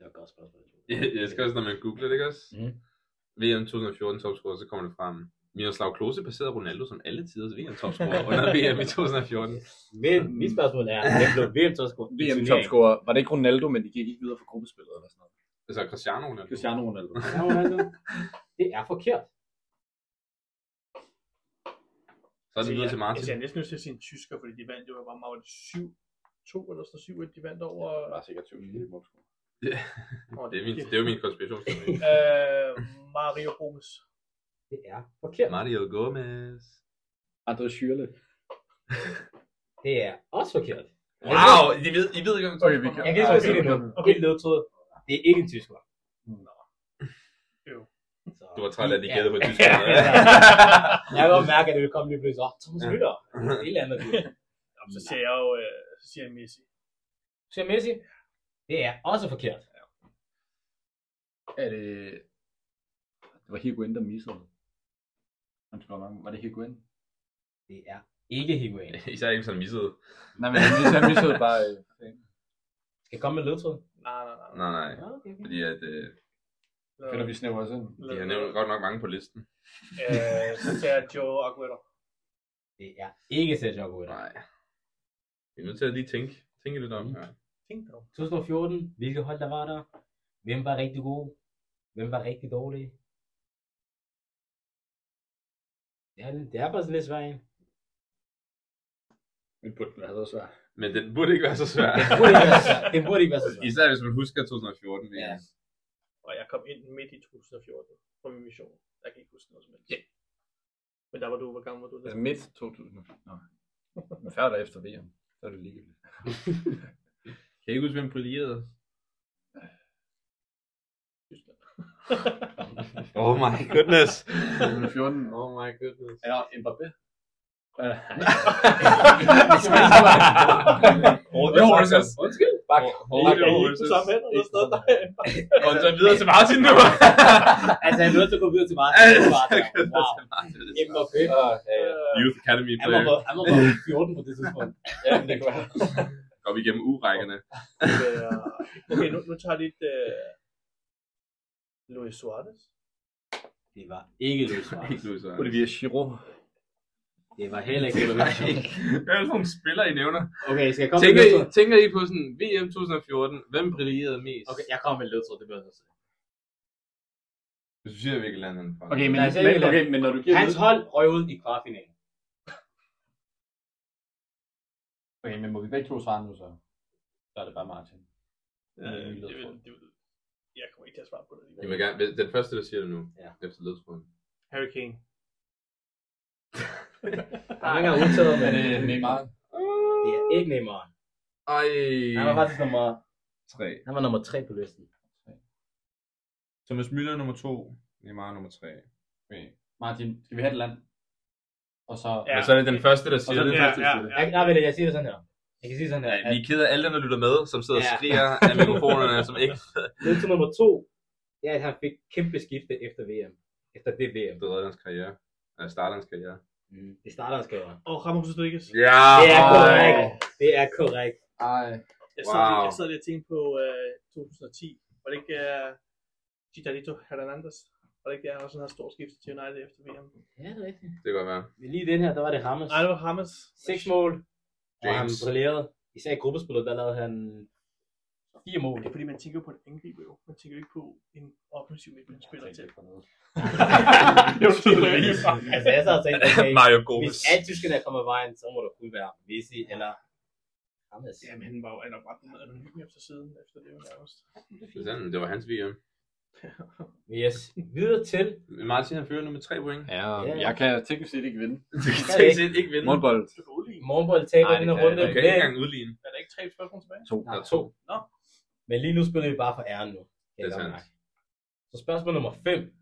S2: var et godt spørgsmål.
S1: Jeg- Jeg skal også, når man googler det, ikke også?
S5: Mm.
S2: Mhm.
S1: VM 2014 topscorer, så kommer det frem. Miroslav Klose passerede Ronaldo som alle tiders VM topscorer under VM i 2014.
S2: Men mit spørgsmål er, hvem blev VM-topscorer? i
S5: Mm. VM
S2: turneringen?
S5: topscorer. Var det ikke Ronaldo, men de gik ikke videre fra gruppespillet eller sådan noget?
S1: Altså Cristiano Ronaldo.
S5: Cristiano Ronaldo.
S2: Ja, Ronaldo. Det er forkert.
S1: Så er det videre til Martin.
S4: Altså, jeg er næsten nødt til at sige en tysker, fordi de vandt jo bare meget 7-2 eller sådan 7 de vandt over...
S5: Det var sikkert 20 mm.
S4: over
S1: Det er, min, det er jo min konspirationsteori.
S4: Øh, Mario Gomes.
S2: Det er forkert.
S1: Mario Gomez.
S5: Andre Schürrle.
S2: Det er også forkert.
S1: Wow, I ved, I ved ikke, om
S5: Okay, vi kan-
S2: Jeg kan ikke okay,
S5: Okay,
S2: sige det nu.
S5: okay.
S2: Okay. Helt ledtråd. Det er ikke en tysker.
S4: Øv.
S2: Så
S1: Du var træt af, at de
S2: Ja.
S1: gættede på
S2: Ja,
S1: Tyskland.
S2: ja. Jeg kan godt mærke, at det vil komme lige pludselig. Åh, Thomas
S1: Ja.
S2: Müller. Det er et eller andet.
S4: Jamen, så siger jeg jo øh, så siger jeg Messi.
S2: Så Messi. Det er også forkert.
S5: Er det... Det var Higuain, der missede. Han skulle mange. Var det Higuain?
S2: Det er ikke Higuain.
S1: Især ikke, hvis han missede.
S5: Nej, men han missede, han missede bare... Øh,
S2: Skal jeg komme med ledtråd?
S4: Nej, nej, nej.
S1: Nej, nej.
S2: Ja, okay, okay.
S1: Fordi at, øh,
S5: finder vi snæver også ind.
S1: de har nævnt godt nok mange på listen.
S4: Øh, så tager jeg Joe Aguero.
S2: Det er ikke Sergio Aguero.
S1: Nej. Vi er nødt til at lige tænke, tænke lidt om her.
S4: Tænk dog.
S2: 2014, hvilke hold der var der? Hvem var rigtig gode? Hvem var rigtig dårlige? Det er, det er faktisk lidt svært. en.
S5: Det burde være så svært.
S1: Men den burde ikke være så svær. Altså.
S2: Det burde ikke være så svært. Det burde ikke være så svært.
S1: Især hvis man husker 2014. Ja.
S2: Ja.
S4: Og jeg kom ind midt i 2014 på min mission. Jeg kan ikke huske noget som helst. Yeah. Men der var du, hvor gammel var du? Der?
S5: Altså midt 2000. Nå. Men før der efter VM, så er det ligegyldigt.
S1: Kan I ikke huske, hvem brillerede? Oh my goodness.
S5: 2014.
S1: oh my goodness.
S5: Er Mbappé?
S1: Roger Hodges.
S5: Undskyld. Bak.
S1: Roger
S4: Jeg gik
S1: Hodges.
S4: på samme hænder eller sådan noget. Nej.
S1: Og så videre til Martin nu.
S2: altså, jeg er nødt til at gå videre til mig. Wow. Mbappé.
S1: Youth Academy
S2: Han var
S1: player.
S2: bare- Han var bare 14 på det tidspunkt.
S5: Ja, det kan være.
S1: Går vi igennem urækkerne.
S4: Øh, Okay, nu, nu tager jeg lidt... Øh, Luis Suarez.
S2: Det var ikke Luis Suarez.
S1: Ikke Louis Suarez.
S5: Olivier Giro.
S2: Det var heller ikke Luis Suarez.
S1: Hvad er det for nogle spillere, I nævner?
S2: Okay, skal jeg komme
S1: Tænker
S2: med
S1: I,
S2: ledtråd?
S1: tænker I på sådan VM 2014, hvem brillerede mest?
S2: Okay, jeg kommer med ledtråd, det bliver jeg nødt til.
S1: Du siger hvilket land han er fra.
S5: Okay, men,
S2: Der er
S5: men,
S2: sikkert-
S5: okay, men når du giver
S2: Hans
S5: led-
S2: hold røg ud i kvartfinalen.
S5: Okay, men må vi begge to svare nu så? Så er det bare Martin.
S4: Øh,
S5: Øh,
S4: det vil, det vil, jeg kommer ikke til at svare på det.
S1: I
S4: alligevel.
S1: må gerne, den første, der siger det nu,
S2: Ja.
S1: efter ledtråden.
S4: Harry Kane.
S2: Han har ikke engang udtaget, men
S5: Neymar.
S2: Øh, det er ikke Neymar.
S1: Ej.
S2: Han var faktisk nummer
S1: 3.
S2: Han var nummer 3 på listen.
S1: Thomas Müller nummer 2. Neymar nummer 3. Okay.
S2: Martin, skal vi have et land? Og så...
S1: Ja. Men så er det den første, der
S2: Og
S1: siger
S2: så-
S1: det.
S5: ja,
S1: Ja,
S5: ja,
S1: ja,
S2: Jeg, nej, vel, jeg siger det sådan her. Jeg kan sige sådan her.
S1: ja.
S2: at
S1: Vi er ked af alle dem, der lytter med, som sidder og
S2: Ja.
S1: skriger af mikrofonerne, som ikke
S2: ned til nummer 2, det er, at han fik kæmpe skifte efter VM. Efter det VM.
S1: Det redder hans karriere. Eller starter hans karriere.
S2: Mm. Det starter hans karriere.
S4: Og Ramos Rodriguez.
S1: Ja!
S2: Det er
S1: ej.
S2: korrekt. Det er korrekt.
S6: Ej.
S4: Jeg sad, wow.
S1: Wow.
S4: jeg sad lige og tænkte på øh, 2010. Var det ikke uh, Gitarito Hernandez? Var det ikke der, han også havde stor skift til United efter VM?
S2: Ja, det er rigtigt.
S1: Det kan godt være.
S2: Men lige i den her, der var det Ramos.
S4: Nej, det var Ramos.
S2: Seks mål. Og han
S1: James.
S2: brillerede. Især i gruppespillet, der lavede han fire mål.
S4: Det er fordi, man tænker på en angriber jo. Man tænker ikke på en offensiv midtbanespiller til.
S5: Jo, det er
S2: altså, jeg sad og tænkte, okay,
S1: Mario
S2: hvis
S1: Gomes.
S2: alle tyskerne kommer vejen, så må der kun være Messi eller Ramos.
S4: Jamen, han var jo han var ret anonym efter siden, efter det jo nærmest.
S1: Det er sandt, Det var hans VM.
S2: Yes. Videre til.
S1: Martin han fører nu med 3 point.
S6: Ja,
S2: Ja.
S6: jeg kan teknisk set ikke vinde.
S1: Du kan
S2: Ja,
S1: tænke
S2: ikke.
S1: set ikke vinde.
S6: Målbold.
S4: Rolig.
S2: Morgenbold taber
S6: Nej,
S2: i
S6: det
S2: den her
S6: kan jeg
S2: runde.
S1: Du kan
S2: men-
S1: ikke engang udligne.
S4: Er der ikke tre spørgsmål tilbage?
S6: To.
S2: Der
S1: Der
S2: er
S1: er
S2: to.
S1: to.
S4: Nå.
S2: Men lige nu spiller vi bare for æren nu.
S1: Det er sandt.
S2: mærke. Så spørgsmål nummer 5.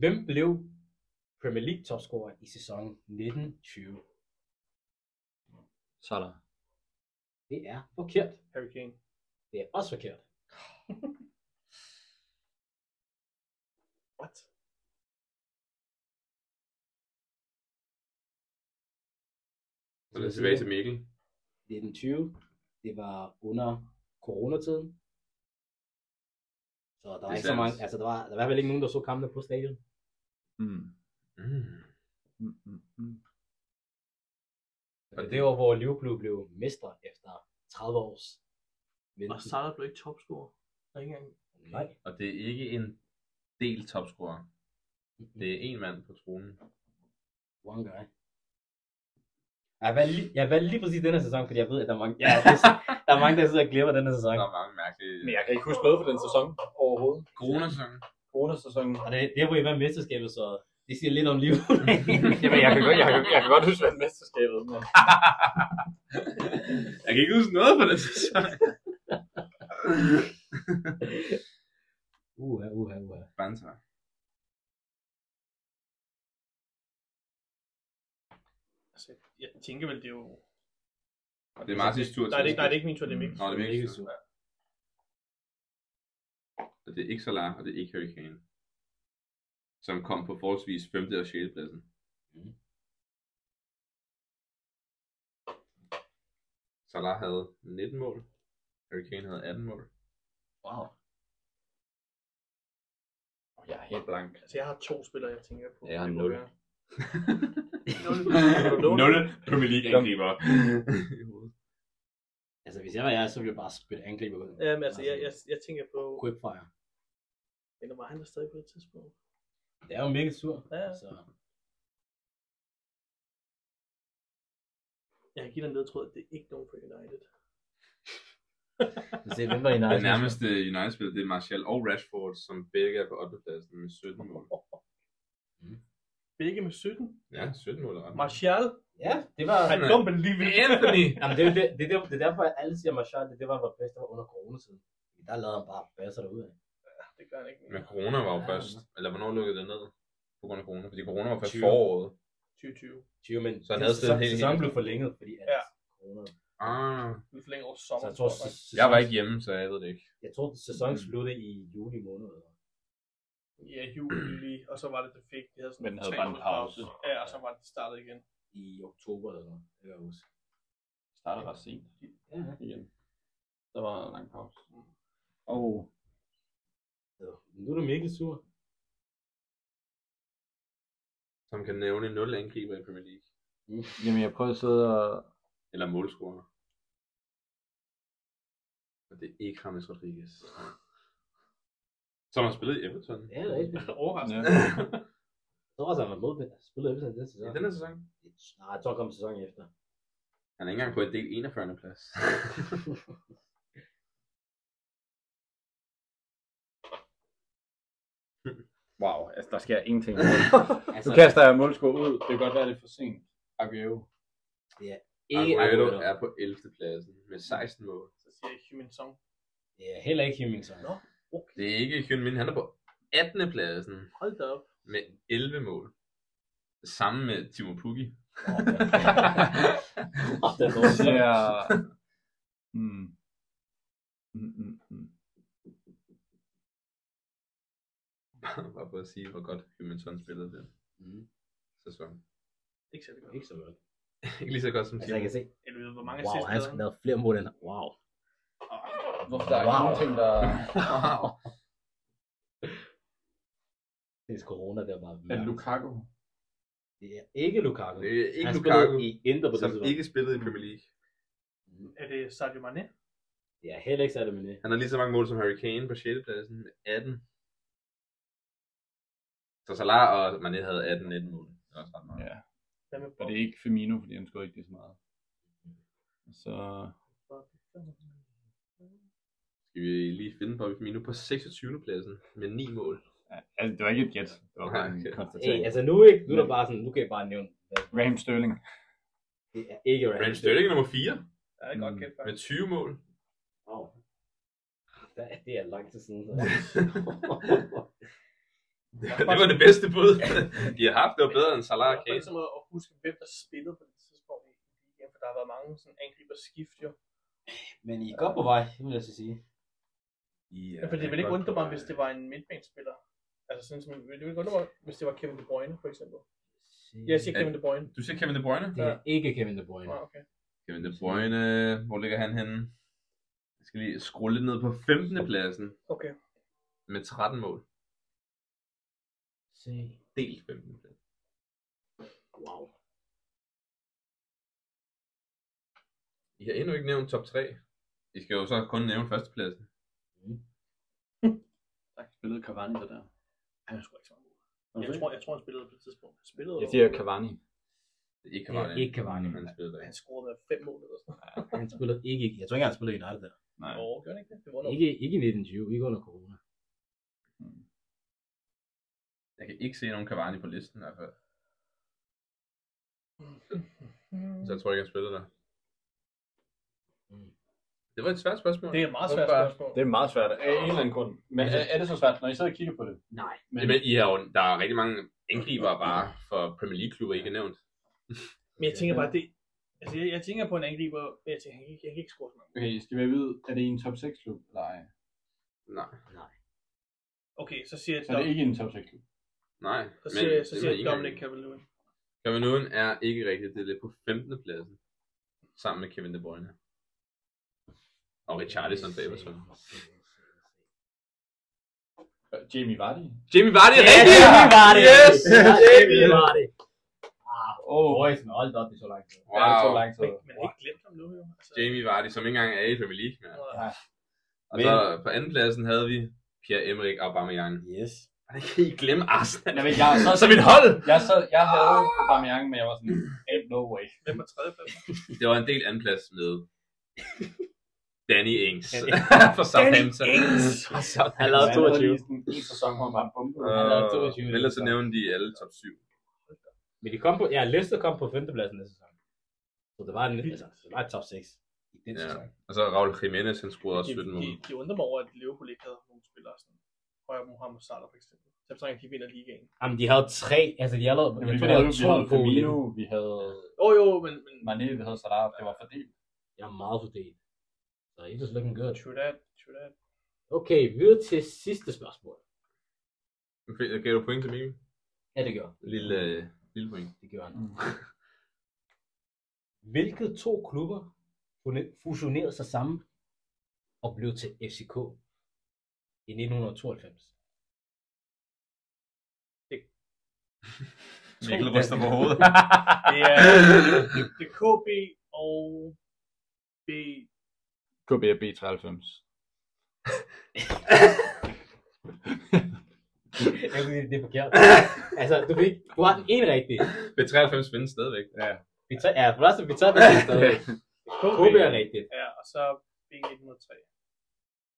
S2: Hvem blev Premier League topscorer i sæsonen 1920?
S6: Salah.
S2: Det er forkert.
S4: Harry Kane.
S2: Det er også forkert.
S4: What?
S1: Så er det tilbage til Mikkel.
S2: 1920, det var under coronatiden. Så der var
S1: er
S2: ikke så
S1: sandt.
S2: mange, altså der var, der var vel ikke nogen, der så kampene på stadion.
S6: Mm.
S1: Mm.
S6: Mm, mm, mm.
S2: Og det var, hvor Liverpool blev mestre efter 30 års
S4: Og Salah blev ikke topscorer. Der er ikke engang.
S2: Nej.
S1: Og det er ikke en del topscorer. Det er en mand på tronen.
S2: One guy. Jeg valgte, lige, jeg valgte lige præcis den her sæson, fordi jeg ved, at der er mange, ja, det, der, er mange der sidder og glemmer den her sæson.
S1: Der er mange mærkelige...
S6: Men jeg kan ikke huske noget for den sæson overhovedet.
S1: Corona-sæson.
S6: Corona-sæsonen.
S2: Og det, det er, hvor I vandt mesterskabet, så det siger lidt om livet.
S6: Jamen, jeg kan godt, jeg kan, jeg kan godt huske, hvad mesterskabet men...
S1: Jeg kan ikke huske noget for den sæson.
S2: uha, uha, uha.
S1: Fanta.
S4: Altså, jeg tænker vel, det er jo...
S1: Det er Martins tur til
S4: Nej,
S1: at
S4: det, er ikke- nej, det er ikke min tur, det er
S6: Mm.
S4: Mikkel.
S1: Nå, det er Mikkels tur.
S2: Mikkels
S1: Og det er ikke Salah, og det er ikke Harry Kane. Som kom på forholdsvis 5. og 6. pladsen.
S2: Mhm.
S1: Salah havde 19 mål. Harry Kane havde 18 mål.
S2: Wow.
S6: Jeg er helt blank.
S4: Altså, jeg har to spillere, jeg tænker på.
S6: Ja, jeg har
S4: Det må
S6: nul.
S4: være.
S1: Nul Premier League angriber.
S2: Altså, hvis jeg var jer, så ville jeg bare spille angriber ud.
S4: Jamen, altså, jeg, jeg, jeg tænker på...
S2: Quickfire.
S4: Eller var han der stadig på et tidspunkt?
S2: Det er jo mega sur.
S4: Ja.
S2: Så
S4: Jeg kan give dig en ledtråd, at det er ikke nogen på United.
S2: vi ser, hvem var i
S1: Den
S2: United?
S1: nærmeste United-spiller, det er Martial og Rashford, som begge er på 8. pladsen med 17 mål.
S4: Begge med 17.
S1: Ja, 17 mål er ret. meget.
S4: Martial.
S2: Ja, det var...
S4: I don't believe it.
S1: Anthony!
S2: Jamen, det, er jo det, det, er der- det, er derfor, at alle siger, at Marshall, det, er det var, han var bedst, der var under coronatiden. Der lavede han bare basser derude.
S4: Det gør han ikke.
S1: Men corona var jo
S2: Ja,
S1: først, eller hvornår lukkede det ned? På grund af corona, fordi corona var først
S2: 20.
S1: foråret.
S4: 2020.
S2: 20, men
S1: Så han havde stadig en hel-
S2: sæsonen blev forlænget, fordi at
S4: Ja.
S2: ja. corona...
S1: Ah,
S4: Vi forlænger over
S2: Så
S4: sommer.
S2: jeg tror,
S4: tror jeg.
S2: sæson-
S1: jeg var ikke hjemme, så jeg ved det ikke.
S2: Jeg tror, sæsonen
S1: Mm.
S2: sluttede i juli måned. eller-
S4: Ja, juli, og så var det, det fik. Det havde sådan
S5: Men den havde
S4: tre
S5: bare en
S4: måneders
S5: pause.
S4: Ja, og så var det startet igen.
S2: I oktober eller noget. Jeg kan huske.
S5: Starter ret sent
S2: Ja, ja.
S5: igen. Der var en lang pause.
S6: Oh.
S2: Så, Nu er du mega sur.
S1: Som kan nævne 0 angriber i Premier League.
S6: Jamen, jeg prøvede at sidde og...
S1: Eller målscorer. Og det er ikke James Rodriguez. Som har spillet i Everton.
S2: Ja, det er rigtigt.
S4: Overraskende.
S2: Jeg tror også, han var mod det. Spillede Everton den sæson.
S1: I denne sæson.
S2: Nej, jeg tror, kom sæsonen efter.
S1: Han er ikke engang på et del 41. plads.
S6: Wow, altså, der sker ingenting.
S2: Altså,
S6: nu kaster jeg målsko ud. Det kan godt være, det er for sent. Aguero.
S2: ikke
S1: Aguero
S2: Aguero.
S1: er på 11. pladsen med 16 mål.
S4: Så siger Human Song.
S7: Ja, heller ikke Hemmingsen.
S4: Nå. Okay,
S1: Det er ikke Hyun Min. Han er på 18. pladsen
S4: hold da op.
S1: med 11 mål. Sammen med Timo Pukki.
S2: Oh, det er
S5: Jeg
S2: dårligt.
S5: siger... Mm. Mm, mm, mm.
S1: Bare for at sige, hvor godt Hyun spillede den
S2: Mm.
S1: sæson.
S4: Ikke særlig godt.
S2: Ikke så godt.
S1: Ikke lige så godt som
S2: Altså,
S1: Timo.
S2: jeg kan se.
S4: Eller ved, hvor mange
S2: Wow, altså,
S4: assist
S2: han
S4: lavede
S2: skal lave flere mål end Wow. Ah,
S6: Hvorfor der er ikke
S2: Wow.
S6: nogen ting, der...
S1: Wow.
S2: Det er corona, der var
S6: Er Lukaku?
S2: Det er ikke Lukaku.
S1: Det er ikke
S2: han
S1: Lukaku,
S2: spillede i Inter på det
S1: som
S2: tidspunkt.
S1: ikke spillede i Premier League.
S4: Er det Sadio Mane?
S2: Ja, heller ikke Sadio Mane.
S1: Han har lige så mange mål som Harry Kane på 6. pladsen med 18. Så Salah og Mané havde 18-19 mål. Det var også ret meget.
S5: Ja.
S4: Hvad med
S5: Og
S4: Bob?
S5: det er ikke Firmino, fordi han scorede ikke lige så meget. Så...
S1: Skal vi lige finde Bobby Firmino på 26. pladsen med 9 mål.
S5: ja, Altså, det var ikke et gæt. Det var bare
S1: Nej,
S5: en
S1: okay.
S2: Hey,
S5: konstatering.
S2: altså nu, ikke, nu er der bare sådan, nu kan jeg bare nævne.
S5: Raheem Sterling.
S2: Det er ikke Rand.
S1: Raheem Sterling er nummer 4
S4: Ja, det er godt kæft,
S1: med
S4: faktisk.
S1: 20 mål.
S2: Wow. Der er- Det er lang tid siden. Så.
S1: det var det bedste bud, de har haft. Det var bedre end Salah
S4: Det
S1: og
S4: er
S1: Kane.
S4: ligesom at at huske, hvem der spillede på det tidspunkt i ligaen, for der har været mange sådan angriber skift jo.
S2: Men I er godt på vej, det vil jeg så sige.
S4: Ja, for det ville ikke undre mig, hvis det var en midtbanespiller. Altså sådan som, det ville ikke undre mig, hvis det var Kevin De Bruyne, for eksempel. Ja, Jeg siger Kevin De Bruyne.
S1: Du siger Kevin De Bruyne?
S2: Det er ikke Kevin De Bruyne.
S4: Ja, okay.
S1: Kevin De Bruyne, hvor ligger han henne? Jeg skal lige scrolle lidt ned på 15. pladsen
S4: Okay.
S1: med 13 mål.
S2: Se.
S1: Delt 15. plads.
S2: Wow.
S1: I har endnu ikke nævnt top 3. I skal jo så kun nævne førstepladsen.
S6: Der spillede Cavani der der.
S4: Han er sgu ikke så meget. Jeg tror, jeg tror, han spillede på et tidspunkt. Han spillede,
S6: Jeg siger Cavani.
S1: Det er ikke
S2: Det
S1: Cavani.
S2: er ikke Cavani.
S1: Han spillede der.
S4: han scorede med fem mål eller sådan noget.
S2: Han spiller ikke, jeg tror ikke, han spiller i United der.
S5: Nej.
S4: Åh, gjorde han ikke det? Det var noget.
S2: Ikke, ikke i 1920, ikke under corona.
S1: Jeg kan ikke se nogen Cavani på listen i hvert fald. Så jeg tror ikke, han spillede der.
S2: Mm.
S1: Det var et svært spørgsmål.
S4: Det er et meget svært
S1: Hvorfor-
S4: spørgsmål.
S6: Det er meget svært af en eller anden grund. Men er, er det så svært, når I sidder og kigger på det?
S2: Nej.
S1: Men, men I har jo, der er rigtig mange angriber bare for Premier League-klubber, I ikke har nævnt.
S4: Men jeg tænker bare, det... Altså, jeg, jeg tænker på en angriber, men jeg tænker, han kan ikke- jeg kan ikke score så mange.
S6: Okay, skal vi vide, er det en top 6 klub? Nej.
S1: Nej,
S4: Okay, så siger jeg
S6: Så er det ikke en top 6 klub.
S1: nej.
S4: Så siger, jeg, så
S1: det
S4: siger
S1: var
S4: jeg
S1: ikke
S4: Dominic
S1: engang-
S4: Cavalier.
S1: Cavani er ikke rigtigt. Det er lidt på 15. pladsen. Sammen med Kevin De Bruyne. Og Richarlison bagved så.
S6: Øh, Jamie Vardy?
S1: Jimmy Vardy er
S2: Ja,
S1: rigtigt!
S2: det var det!
S1: Yes!
S2: det
S1: Jamie!
S2: var det!
S6: Åh, oh,
S2: Boys, men hold da op, det er så lang tid.
S6: det er så
S1: Wow.
S6: lang tid.
S4: Men man har ikke glemt ham nu, jo. Altså,
S1: Jamie Vardy, som ikke engang er i Premier League. Man.
S4: og-
S1: Og så på anden pladsen havde vi Pierre-Emerick Aubameyang.
S2: Yes.
S1: Hvordan kan I glemme Arsenal?
S6: Jeg, ved, jeg, jeg,
S1: Som et hold!
S6: jeg, sad, jeg havde Aubameyang, men jeg var sådan, ain't no way.
S4: Hvem var tredje plads?
S1: Det var en del anden plads med Danny Ings
S2: Danny-
S1: fra Southampton. Fra
S2: Han
S1: Southampton.
S2: lavede
S6: Han havde
S2: 22.
S6: lige sådan En sæson, hvor han bare bumpede.
S1: Og
S2: Han lavede 22.
S1: Ellers så nævnte de alle top 7.
S2: Men de kom på, ja, Leicester kom på 5. pladsen næste sæson. Så det var en, altså, det var et top 6 i den
S1: Ja.
S2: sæson.
S1: Og så Raul Jimenez, han scorede også
S4: De,
S1: 17
S4: de,
S1: mål.
S4: de undrer mig over, at Liverpool ikke havde nogle spillere sådan. Højre Mohamed Salah for eksempel. Så trænger de vinder ligaen.
S2: Jamen, de havde tre, altså de havde,
S6: Men
S2: jeg
S6: vi
S2: tror, de
S6: havde,
S2: havde
S6: vi
S2: to
S6: havde
S2: på
S6: Firmino,
S2: linjen.
S6: vi havde
S4: Jo jo, men, men
S6: Mané, vi havde Salah, det var fordelt.
S2: Jeg er meget fordelt. Så it is looking good.
S4: true that, true that.
S2: Okay, videre til sidste spørgsmål.
S1: Gav du point til Mikkel?
S2: Ja, det gjorde.
S1: Lille, øh, lille point.
S2: Det gjorde han.
S6: Mm.
S2: Hvilke to klubber fune- fusionerede sig sammen og blev til FCK i 1992?
S1: Mikkel ryster på hovedet.
S4: Det er, det er KB og B.
S6: KBB 93.
S2: Jeg ved, det er forkert. altså, du, fik, du har den ene rigtig.
S1: B93 vinder stadigvæk.
S2: Vi tager, ja, for resten, vi tager den sidste stadig. KB er rigtigt.
S4: Ja, og så B103.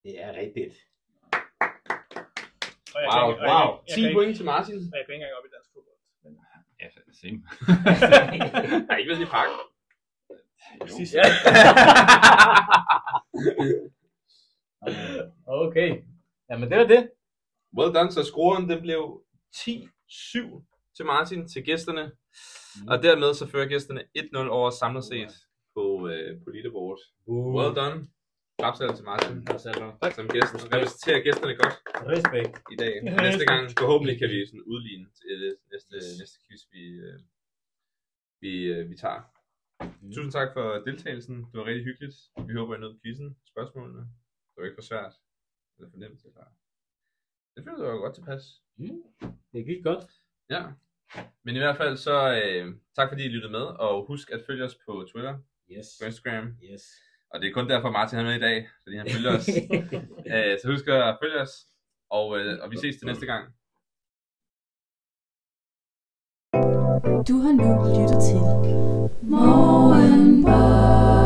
S2: Det er rigtigt.
S4: Og jeg
S1: Wow,
S4: kan ikke- og
S1: wow.
S4: Jeg,
S1: 10
S4: kan- jeg,
S1: point til Martin.
S4: Jeg, jeg, jeg kan ikke engang op i dansk fodbold. Men
S6: Ja, same.
S1: Jeg har ikke været i pakken.
S6: Jo.
S4: sidste,
S2: Okay. Jamen, det var det.
S1: Well done, så scoren den blev 10-7 til Martin, til gæsterne. Mm. Og dermed så fører gæsterne 1-0 over samlet set på, øh, på leaderboard. Uh. Well done. Klapsalve til Martin. Tak. Som gæst. Så repræsenterer gæsterne godt
S2: Respekt.
S1: i dag. Og næste gang, forhåbentlig kan vi sådan udligne til det næste, næste quiz, vi, øh, vi, øh, vi tager. Mm. Tusind tak for deltagelsen. Det var rigtig hyggeligt. Vi håber, I nød quizzen. Spørgsmålene. Det var ikke for svært. Det var for nemt. Det var- Det følte jeg var godt tilpas.
S2: Mm. Det gik godt.
S1: Ja. Men i hvert fald så øh, tak fordi I lyttede med, og husk at følge os på Twitter,
S2: Yes.
S1: på Instagram,
S2: Yes.
S1: og det er kun derfor Martin er med i dag, fordi han følger os. øh, så husk at følge os, og, øh, og vi ses til næste gang.
S8: Du har nu lyttet til Morgenbold.